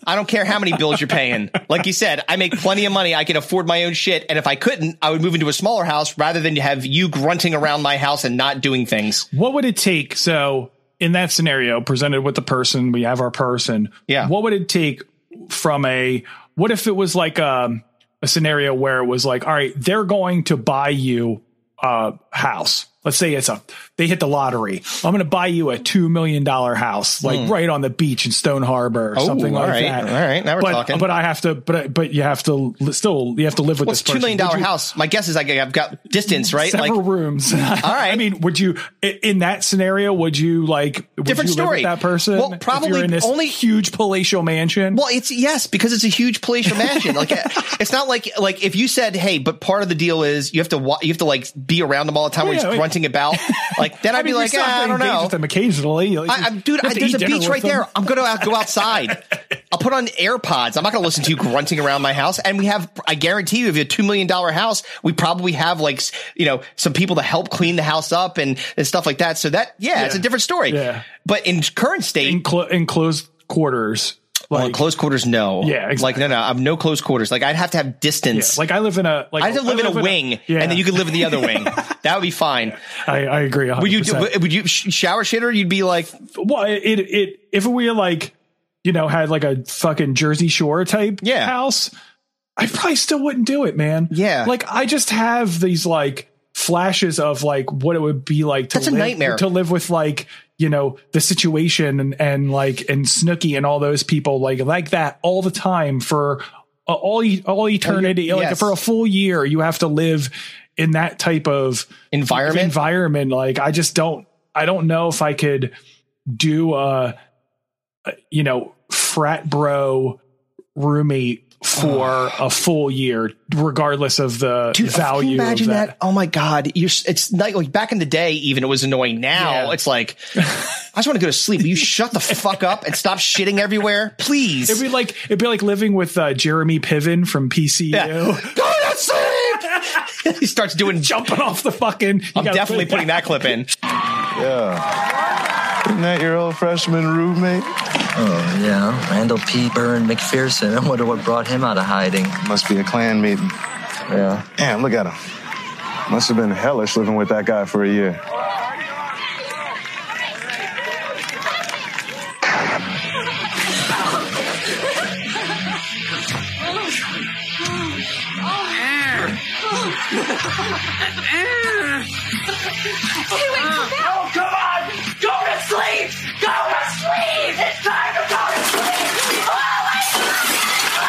I don't care how many bills you're paying. Like you said, I make plenty of money. I can afford my own shit. And if I couldn't, I would move into a smaller house rather than have you grunting around my house and not doing things. What would it take? So, in that scenario, presented with the person, we have our person. Yeah. What would it take from a, what if it was like um a scenario where it was like, all right, they're going to buy you a house. Let's say it's a, they hit the lottery. I'm going to buy you a $2 million house, like Hmm. right on the beach in Stone Harbor or something all like right, that. all right, Oh, now we're but, talking. But I have to, but, I- but you have to li- still, you have to live with What's this two million person. Would dollar you- house? My guess is like I've got distance, right? several like [LAUGHS] rooms. All right. I mean, would you i- in that scenario? Would you like would Different you live story. with that person? Well, if probably you're in this only- huge palatial mansion. Well, it's yes, because it's a huge palatial mansion. [LAUGHS] Like it's not like like if you said, "Hey, but part of the deal is you have to wa- you have to like be around them all the time when Oh, Yeah, he's yeah. grunting [LAUGHS] about." Like then I'd mean, be you like, still have "Ah, to I don't engage know." With them occasionally, Like, I, I'm, dude, you I, have to there's eat a dinner beach with right them. there. I'm going to out, go outside. I'll put on AirPods. I'm not going to listen to you grunting around my house. And we have, I guarantee you, if you have a $2 million house, we probably have like, s- you know, some people to help clean the house up and, and stuff like that. So that, yeah, it's a Yeah. different story. Yeah. But in current state, in, clo- in closed quarters. Like, well, close quarters, no. Yeah, exactly. Like, no, no, I'm no close quarters. Like, I'd have to have yeah, distance. like I live in a like I'd have to live, in a wing, yeah, and then you could live in the [LAUGHS] other wing. That would be fine. I, I agree. 100%. Would you? do- Would you sh- shower shitter? You'd be like, well, it it if we like you know had like a fucking Jersey Shore type Yeah. house, I probably still wouldn't do it, man. Yeah. like I just have these like flashes of like what it would be like to That's a live, nightmare. to live with like you know the situation and and like and Snooky and all those people like like that all the time for a- all e- all eternity like yes. for a full year you have to live in that type of environment. environment like i just don't i don't know if i could do a a, you know frat bro roommate for a full year regardless of the Dude, can value you imagine of that? that. Oh my god, you're s- it's not like back in the day. Even it was annoying. Now Yeah. it's [LAUGHS] like I just want to go to sleep. You shut the fuck up and stop shitting everywhere, please. it'd be like [LAUGHS] it'd be like living with uh, jeremy piven from pcu Yeah. go to sleep. [LAUGHS] he starts doing. [LAUGHS] jumping off the fucking. you I'm gotta definitely put it putting back. that clip in. Isn't that your old freshman roommate? Oh, yeah. Randall P. Byrne McPherson. I wonder what brought him out of hiding. Must be a clan meeting. Yeah. Damn, look at him. Must have been hellish living with that guy for a year. No, come on! Go to sleep! Go to sleep! It's time to go to sleep! Oh my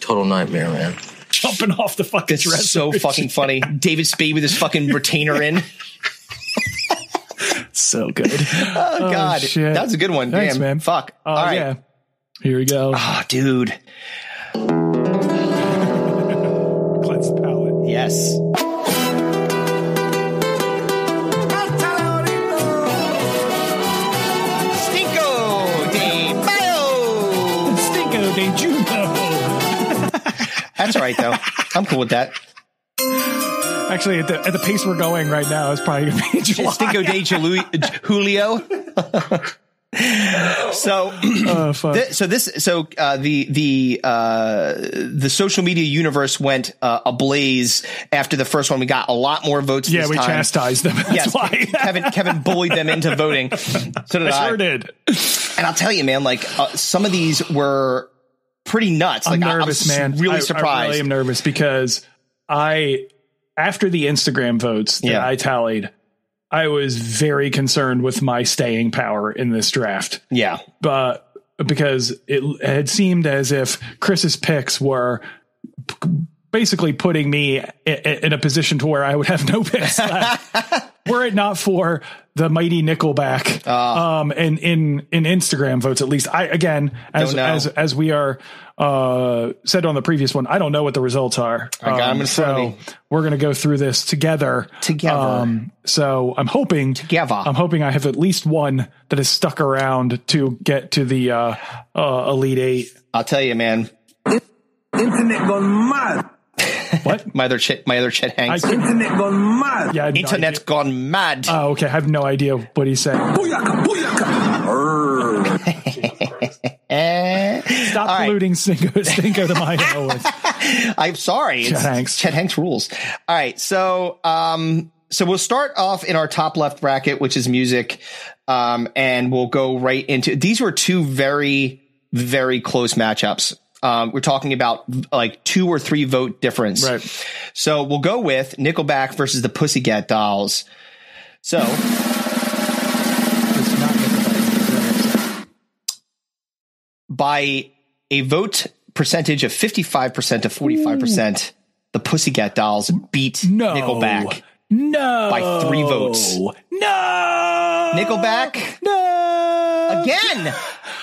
Total nightmare, man. [LAUGHS] Jumping off the fucking That's dresser. so fucking funny. David Spade with his fucking retainer [LAUGHS] in. so good. [LAUGHS] Oh, God, shit. that was a good one. Thanks, Damn, man. Fuck. Oh All right. yeah. Here we go. Oh, dude. Cleanse the palate. Yes. Stinko de Mayo. Stinko de Juno. That's all right [LAUGHS] though. I'm cool with that. Actually, at the at the pace we're going right now, it's probably gonna be [LAUGHS] July. Stinko de Julu- Julio. so, [CLEARS THROAT] Oh, fuck. thi- so this, so uh, the the uh, the social media universe went uh, ablaze after the first one. We got a lot more votes. yeah, this we time. chastised them. [LAUGHS] That's Yes, why. [LAUGHS] Kevin Kevin bullied them into voting. So did I. I sure did. And I'll tell you, man, like uh, some of these were pretty nuts. I'm Like I- I'm nervous, s- man. I- Really surprised. I really am nervous because I, after the Instagram votes that Yeah. I tallied, I was very concerned with my staying power in this draft, yeah, but because it had seemed as if Chris's picks were basically putting me i- i- in a position to where I would have no [LAUGHS] picks left. Were it not for the mighty Nickelback, Ah. um, and in in Instagram votes, at least I again as Don't know. as as we are uh said on the previous one, I don't know what the results are. I got 'em in front of so me. we're gonna go through this together. Um, Together. so I'm hoping Together. I'm hoping I have at least one that is stuck around to get to the uh, uh elite eight. I'll tell you, man. Internet gone mad. [LAUGHS] What? My other chit, my other chit [LAUGHS] I hangs. can't- Internet gone mad. yeah, I- Internet's gone mad. I- oh, okay. I have no idea what he's saying. Booyaka, booyaka. Err. Eh. Stop All right. polluting Cinco, [LAUGHS] Cinco de Mayo. with- I'm sorry. It's- Hanks. Chet Hanks rules. All right. So, um, so we'll start off in our top left bracket, which is music. Um, and we'll go right into these were two very, very close matchups. Um, we're talking about like two or three vote difference. Right. So we'll go with Nickelback versus the Pussycat Dolls. So It's not Nickelback. by a vote percentage of 55% to 45%, the Pussycat Dolls beat No. Nickelback. No. By three votes. No. Nickelback No. again. Yeah,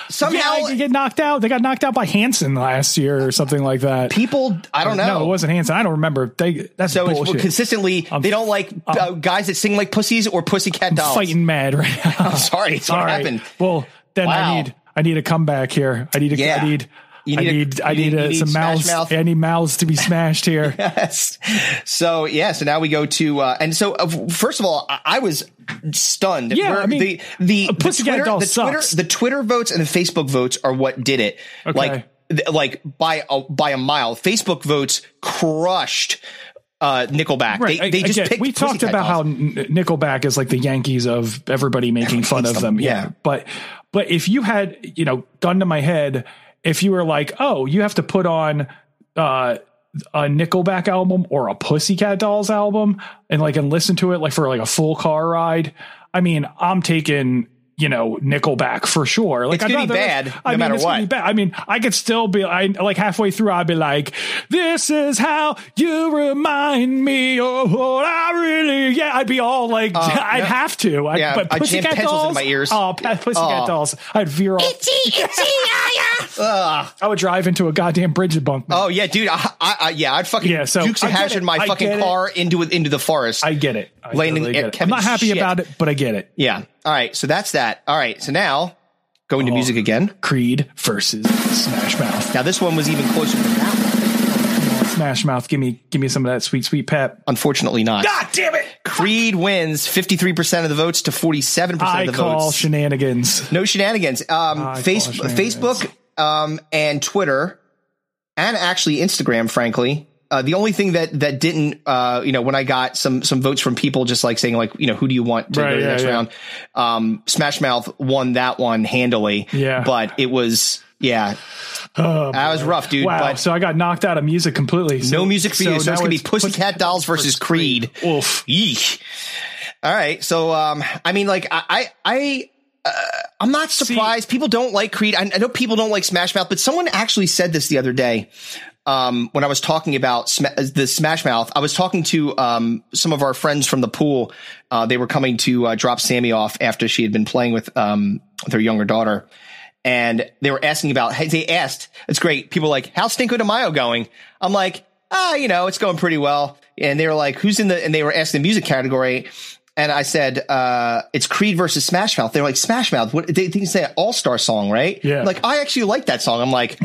Somehow you get knocked out. They got knocked out by Hanson last year or something like that. people, I don't know. No, it wasn't Hanson. I don't remember. They, that's so it's bullshit. consistently they don't like uh, guys that sing like pussies or pussycat dolls. fighting mad right now. I'm [LAUGHS] [LAUGHS] sorry, it's what All right. happened. Well, then Wow. I need I need a comeback here. I need a I Yeah. need. You I need a- need, you I need, need- uh, you need some Smash mouths. Mouth. I need mouths to be [LAUGHS] smashed here. Yes. So yeah, so now we go to uh, and so uh, first of all, I, I was stunned. Yeah, I mean, the the, a the Pussycat Twitter, Doll the Twitter sucks. the Twitter votes and the Facebook votes are what did it. Okay. Like th- like by a, by a mile. Facebook votes crushed uh Nickelback. Right. They, they just Again, picked we talked Pussycat about Dolls. how N- Nickelback is like the Yankees of everybody making fun hates of them. them. Yeah. But but if you had, you know, gun to my head, if you were like, oh, you have to put on uh a Nickelback album or a Pussycat Dolls album and like and listen to it like for like a full car ride. I mean, I'm taking you know, Nickelback for sure. Like It's gonna be bad, no I mean, matter it's gonna what. be bad. I mean, I could still be I like halfway through, I'd be like, "This is how you remind me of what I really." Yeah, I'd be all like, [LAUGHS] I'd no. have to. I, Uh, Yeah, but I jammed pussycat pencils into dolls my ears. Oh, pe- pussycat Aw. dolls. I'd veer off. [LAUGHS] I would drive into a goddamn bridge embankment. Oh yeah, dude. I, I, I yeah, I'd fucking Yeah, so Dukes of I get Hazard it. my I get fucking it. car into into the forest. I get it. I Landing totally at get it. I'm Kevin's not happy shit. about it, but I get it. yeah. All right. So that's that. All right. So now going Oh. to music again. Creed versus Smash Mouth. Now this one was even closer than that. one. Come on, Smash Mouth, give me give me some of that sweet sweet pep. Unfortunately, not. God damn it! Creed wins fifty three percent of the votes to forty seven I percent of the call votes. shenanigans. no shenanigans. Um, Ah, I face, call shenanigans. Facebook um, and Twitter, and actually Instagram. Frankly, uh, the only thing that that didn't, uh, you know, when I got some some votes from people just like saying like, you know, who do you want to go Right, to the yeah, next yeah. round? Um, Smash Mouth won that one handily. Yeah. but it was yeah, Oh, that was rough, dude. wow! but so I got knocked out of music completely. So- no music for you. So now it's gonna be Pussycat Dolls versus Creed. Oof. Yeesh. All right. So, um, I mean, like, I, I, I uh, I'm not surprised. people don't like Creed. I, I know people don't like Smash Mouth, but someone actually said this the other day. Um, when I was talking about sma- uh, the Smash Mouth, I was talking to um, some of our friends from the pool. Uh, they were coming to uh, drop Sammy off after she had been playing with um, their younger daughter, and they were asking about. hey, They asked, "It's great." People were like, "How's Cinco de Mayo going?" I'm like, "Ah, you know, it's going pretty well." And they were like, "Who's in the?" And they were asking the music category, and I said, uh, "It's Creed versus Smash Mouth." They're like, "Smash Mouth? What?" They think it's an All Star song, right? Yeah. Like, I actually like that song. I'm like,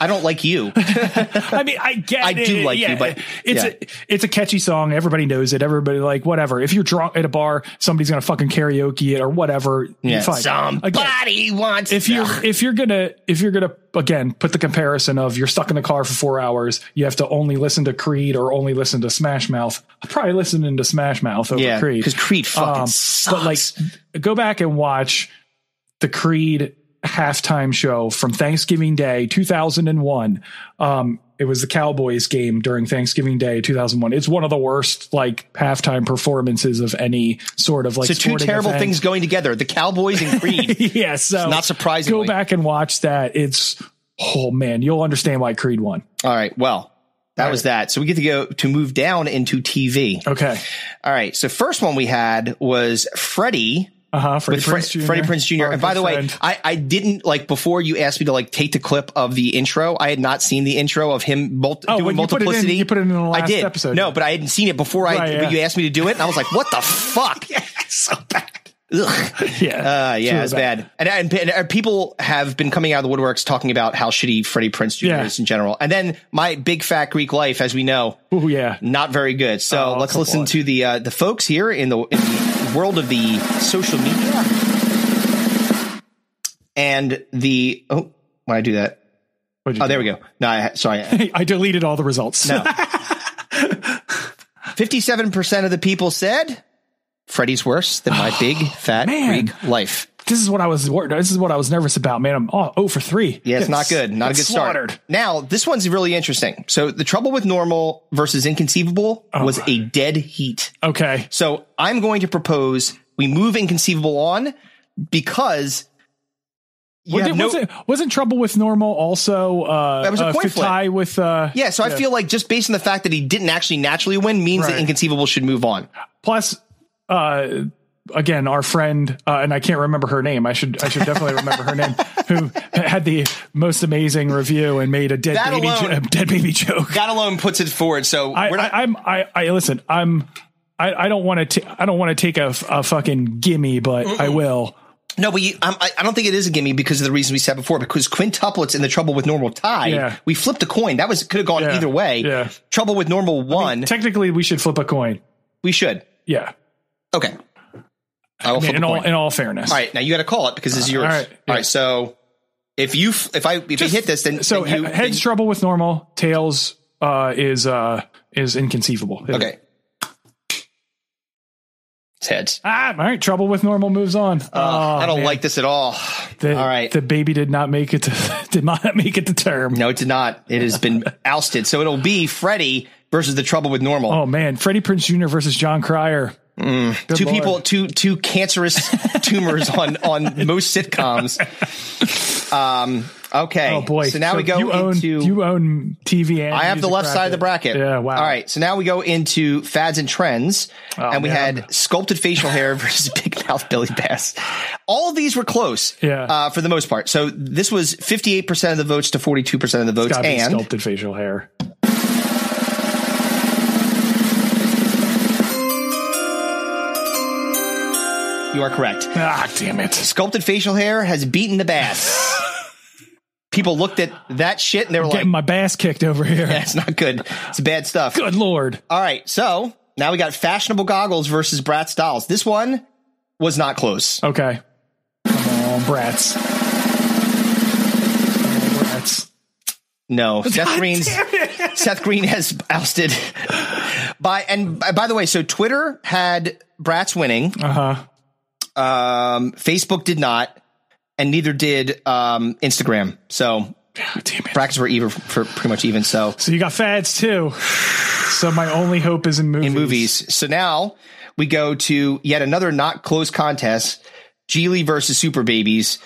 I don't like you. I mean, I get. I it. do like Yeah. you, but- it's yeah. a it's a catchy song. Everybody knows it. Everybody like whatever. If you're drunk at a bar, somebody's gonna fucking karaoke it or whatever. Yeah. fine. Again, Somebody wants if you're if you're gonna if you're gonna again put the comparison of you're stuck in the car for four hours, you have to only listen to Creed or only listen to Smash Mouth. I'm probably listening to Smash Mouth over yeah, Creed because Creed fucking Um, sucks. But like, go back and watch the Creed halftime show from Thanksgiving Day 2001. Um, it was the Cowboys game during Thanksgiving Day 2001. It's one of the worst like halftime performances of any sort of like so two sporting terrible event. things going together: the Cowboys and Creed. [LAUGHS] yeah, so Not surprisingly. Go back and watch that. It's oh man, you'll understand why Creed won. All right, well, that was that. So we get to go to move down into TV. Okay, All right, so first one we had was Freddie uh huh. Freddie, with Fre- Prinze Jr. Freddie Prince Jr. Our And by good the way, friend. I, I didn't like before you asked me to like take the clip of the intro. I had not seen the intro of him mul- Oh, doing when you put it in- multiplicity. you put it in the I last did. episode. No, but I hadn't seen it before. I Right, yeah. when you asked me to do it, and I was like, "What the [LAUGHS] fuck?" [LAUGHS] yeah, so bad. Ugh. Uh, [LAUGHS] yeah, it's really yeah, it's bad. And, and, and, uh, people have been coming out of the woodworks talking about how shitty Freddie Prince Jr. Yeah. is in general. And then my big fat Greek life, as we know, Oh yeah, not very good. So Oh, let's come listen on. to the uh, the folks here in the, in the world of the social media and the oh, why I do that? What'd you Oh, do? there we go. No, I, [LAUGHS] sorry. Hey, I deleted all the results. No. Fifty-seven percent of the people said Freddie's worse than [SIGHS] my big fat man. Greek life. [LAUGHS] this is what I was wor- this is what I was nervous about, man. I'm oh, 0 for three. Yeah, it's Getting not good. Not a getting good start. Now, this one's really interesting. So, the trouble with normal versus inconceivable Oh was a dead heat. Okay. So, I'm going to propose we move inconceivable on because you Wasn't, have no. wasn't, wasn't trouble with normal also uh, That was a uh, coin fit flip. tie with uh, Yeah, so I feel like just based on the fact that he didn't actually naturally win means that Right. inconceivable should move on. plus uh, again our friend uh, and I can't remember her name. I should I should definitely remember her [LAUGHS] name who had the most amazing review and made a dead That baby alone- jo- dead baby joke. That alone puts it forward. So, I, we're not. I, I'm I, I listen. I'm I, I don't want to I don't want to take a, f- a fucking gimme, but I will. No, but you, I'm- I, I don't think it is a gimme because of the reason we said before. Because quintuplets in the trouble with normal tie, Yeah. we flipped a coin. That was could have gone Yeah, either way. yeah. Trouble with normal one, Technically, we should flip a coin. we should. Yeah. Okay, I will I mean, flip in a all coin. in all fairness. all right, now you got to call it because this is yours. all all right, right, yeah. so if you f- if I if I Just- hit this, then so then you, he- heads then- trouble with normal, tails uh, is uh, is inconceivable. okay. It's heads. Ah, all right. Trouble with normal moves on. Uh, Oh, I don't man. like this at all. The, all right, The baby did not make it. To, [LAUGHS] did not make it to term. no, it did not. It has [LAUGHS] been ousted. So it'll be Freddy versus the trouble with normal. Oh man, Freddie Prince Jr. versus John Cryer. Oh, Good two Lord. people, two two [LAUGHS] cancerous tumors on on most sitcoms. Um, okay. Oh boy! So now we go you own, into you own TV. And I have the music left side of the bracket. Yeah. Wow. Oh, All right. So now we go into fads and trends. and we man. had sculpted facial [LAUGHS] hair versus big mouth Billy Bass. All of these were close Yeah. uh, for the most part. So this was 58% of the votes to 42% of the votes. Got to be And sculpted facial hair. you are correct. Ah, damn it! Sculpted facial hair has beaten the [LAUGHS] bass. People looked at that shit and they were like, Getting my bass kicked over here. that's not good. It's bad stuff. Good lord! All right. So now we got fashionable goggles versus Bratz dolls. This one was not close. Okay. Come on, brats. Come on, brats. [LAUGHS] No, Seth Green's [LAUGHS] Seth Green has ousted by and by, by the way, so Twitter had Bratz winning. Oh. Uh-huh. Um Facebook did not and neither did um Instagram. So Ah, damn it. brackets were even for pretty much even so So you got fads too. So my only hope is in movies. in movies. So now we go to yet another not close contest, Geely versus Super Babies,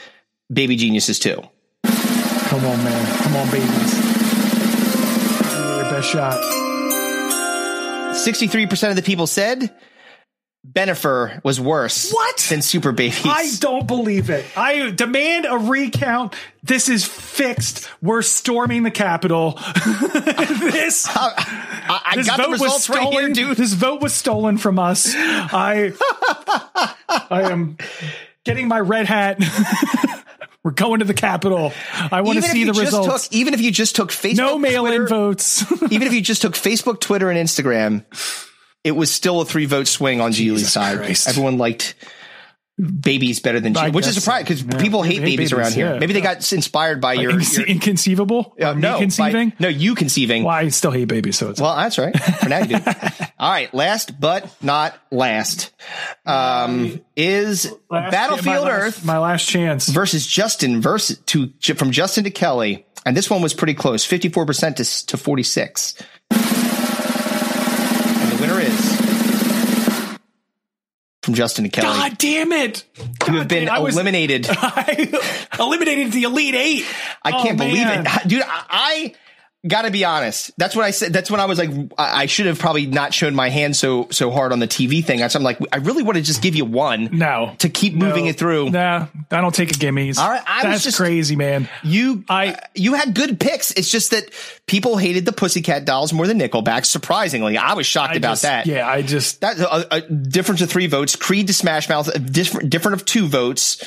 Baby Geniuses 2. Come on, man. Come on, babies. Give me Your best shot. 63% of the people said Benifer was worse What? than Super Babies. I don't believe it. I demand a recount. This is fixed. We're storming the Capitol. [LAUGHS] this I, I this got the vote was results right stolen. here, dude. This vote was stolen from us. I I am getting my red hat. [LAUGHS] We're going to the Capitol. I want to if see you the just results. Took, even if you just took Facebook, no mail-in Twitter- [LAUGHS] votes. [LAUGHS] Even if you just took Facebook, Twitter, and Instagram, it was still a three vote swing on Geely's side. Christ. Everyone liked babies better than I Geely, which is guess surprising because so. Yeah. people hate They babies, hate babies, around here. yeah. Maybe they got inspired by your, Ince- your inconceivable? uh, Or me no, by- conceiving? no, you conceiving. Well, I still hate babies, so it's Well, that's right. For now, [LAUGHS] you do. All right. Last but not last um, is Last- Battlefield my last- Earth My last chance. versus Justin versus to from Justin to Kelly, and this one was pretty close, fifty four percent to to forty six. And the winner is from Justin to Kelly, God damn it! who have been I was- Oh, eliminated. [LAUGHS] I eliminated the Elite Eight. I Oh, can't believe man. it, [LAUGHS] dude. I, I gotta be honest. That's what I said. That's when I was like, I, I should have probably not shown my hand so so hard on the TV thing. That's- I'm like, I really want to just give you one. No. To keep moving No. it through. Nah, I don't take a gimmies. All right, I was That's just- crazy, man. You I- I you had good picks. It's just that people hated the Pussycat Dolls more than Nickelback. Surprisingly, I was shocked I about just- that. Yeah, I just That a, a difference of three votes. Creed to Smash Mouth. A different different of two votes.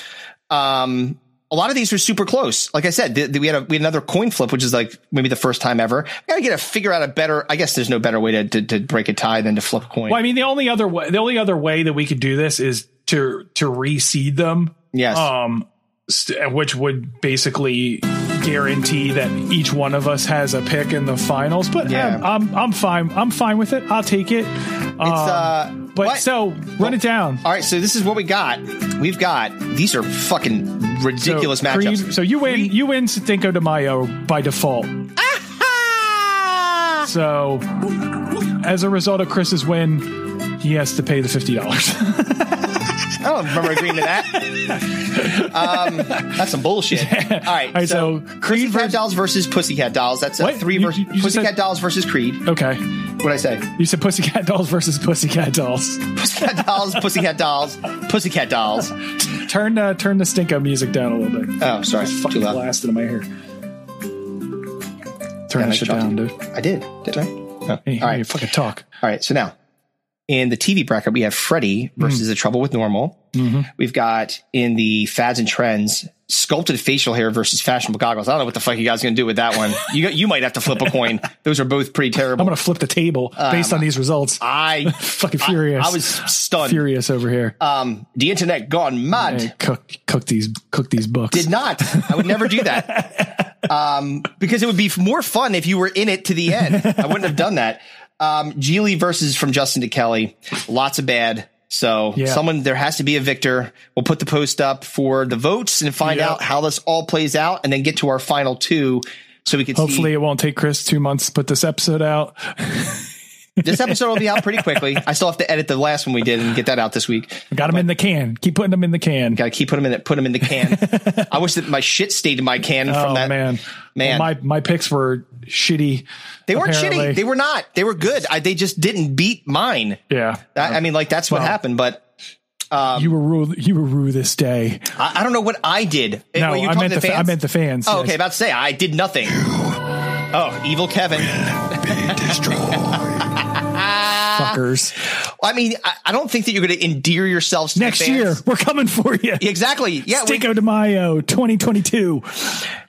Um, a lot of these were super close. Like I said, th- th- we had a, we had another coin flip, which is like maybe the first time ever. Got to get a figure out a better. I guess there's no better way to to, to break a tie than to flip a coin. Well, I mean, the only other way, the only other way that we could do this is to to reseed them, yes. um, st- which would basically guarantee that each one of us has a pick in the finals. But Yeah. yeah. I'm I'm fine. I'm fine with it. I'll take it. Um, uh, but what- so run it down. All right, so this is what we got. We've got these are fucking ridiculous so, matchups. Creed- so you win. you win Cinco de Mayo by default. So, as a result of Chris's win, he has to pay the fifty dollars. [LAUGHS] I don't remember agreeing to that. um, that's some bullshit. [LAUGHS] All right, All right, so, Creed Pussycat versus, Dolls versus Pussycat Dolls. That's a What? three You- versus you- you just Pussycat said- Dolls versus Creed. okay. What I [LAUGHS] say? You said Pussycat Dolls versus Pussycat Dolls. Pussycat Dolls, Pussycat Dolls, Pussycat Dolls. Turn uh, turn the Stinko music down a little bit. Oh, sorry, It's too fucking loud. blasted in my ear. Yeah, Turn I that shit tried. down, dude. I did, did I? Oh, Hey, all hey, right, fucking talk. all right. So now, in the TV bracket, we have Freddy Mm-hmm. versus The Trouble with Normal. We've got in the fads and trends. Sculpted facial hair versus fashionable goggles. I don't know what the fuck you guys are gonna do with that one. You got, you might have to flip a [LAUGHS] coin. Those are both pretty I'm terrible. gonna flip the table based on these results. Um, I [LAUGHS] fucking furious. I, was stunned. furious over here. Um, the internet gone mad. Hey, cook cook these cook these books. Did not. I would never do that. [LAUGHS] Um, because it would be more fun if you were in it to the end. I wouldn't have done that. Um, Geely versus from Justin to Kelly. Lots of bad. So Yeah. someone there has to be a victor. We'll put the post up for the votes and find Yeah. out how this all plays out, and then get to our final two, so we can Hopefully, See. it won't take Chris two months to put this episode out. This episode will be out pretty quickly. I still have to edit the last one we did and get that out this week. [LAUGHS] Got them in the can. Keep putting them in the can. Got to keep putting them in it. Put them in the [LAUGHS] can. I wish that my shit stayed in my can Oh from that. man, Man. my my picks were shitty. They weren't apparently. shitty. They were not. They were good. I, they just didn't beat mine. Yeah, I, I mean, like that's what Well. happened. But Um, you were rule. You were rue this day. I, I don't know what I did. Eh, No, were you I talking meant to the fa- I fans? meant the fans. Oh, yes. okay. About to say I did nothing. Oh, evil Kevin. Ah. fuckers. I mean, I, I don't think that you're going to endear yourselves to the Next fans. year, we're coming for you. Exactly. Yeah. we- Cinco de Mayo, 2022.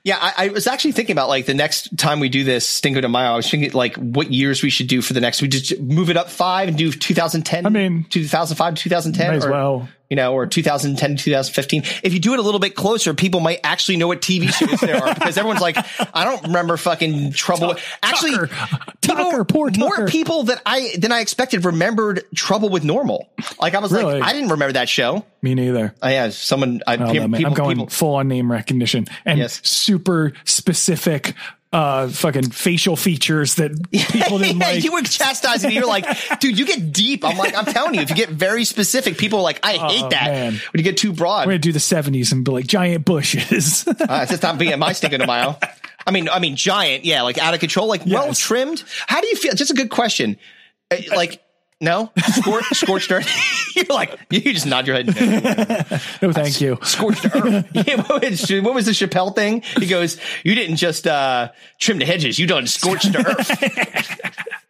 Yeah, I, I was actually thinking about like the next time we do this Stingo de Mayo. I was thinking like what years we should do for the next. We just move it up five and do 2010. I mean, 2005 to 2010. May as or, well. You know, or 2010 to 2015. If you do it a little bit closer, people might actually know what TV shows there are because everyone's like, I don't remember fucking trouble. Actually, Tucker, Tucker, poor more Tucker. people that I than I expected remembered Trouble with Normal. Like I was Really? like, I didn't remember that show. Me neither. I yeah, someone. I, I don't know, Oh, man. people, I'm going people, full on name recognition and Yes. super specific uh fucking facial features that people didn't [LAUGHS] yeah, like. you were chastising me. You're like, dude, you get deep. I'm like, I'm telling you, if you get very specific, people are like, I hate that. Oh, man. When you get too broad, we're gonna do the 70s and be like giant bushes. [LAUGHS] uh, it's just not being my stinking a mile. I mean, I mean, giant. Yeah, like out of control, like well trimmed. How do you feel? Just a good question. Uh, Like, no, Scor- scorched earth. [LAUGHS] You're like, you just nod your head. no. no, Oh, thank you. Scorched earth. Yeah, what, was, what was the Chappelle thing? He goes, "You didn't just uh, trim the hedges; you done scorched the [LAUGHS] earth."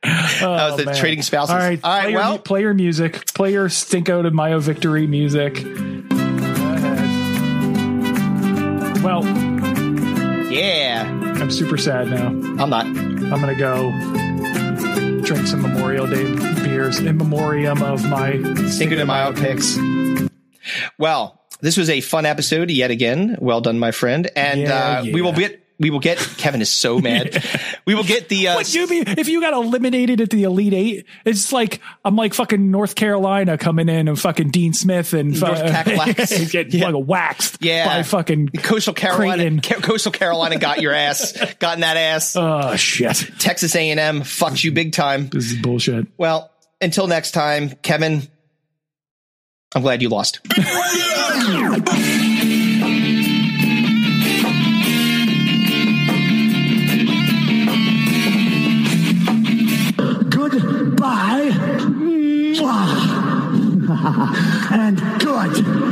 that was the Oh, Man. trading spouses. All right, all play right. your, Well, play your music, play your Stinko de Mayo victory music. Go ahead. Well, yeah, I'm super sad now. I'm not. I'm gonna go drink some Memorial Day beers in memoriam of my Cinco de Mayo picks. Well, this was a fun episode yet again. Well done, my friend. And Yeah, uh, we will yeah. get we will get Kevin is so [LAUGHS] mad. We will get the uh, Would you be if you got eliminated at the Elite Eight? It's like I'm like fucking North Carolina coming in and fucking Dean Smith and North Carolina. he's [LAUGHS] getting Yeah. fucking waxed Yeah. by fucking coastal Carolina. Creighton. Ca- coastal Carolina got your ass, [LAUGHS] gotten that ass. Oh shit, Texas A and M fucked you big time. this is bullshit. Well, until next time, Kevin. I'm glad you lost. Goodbye. Mwah. and good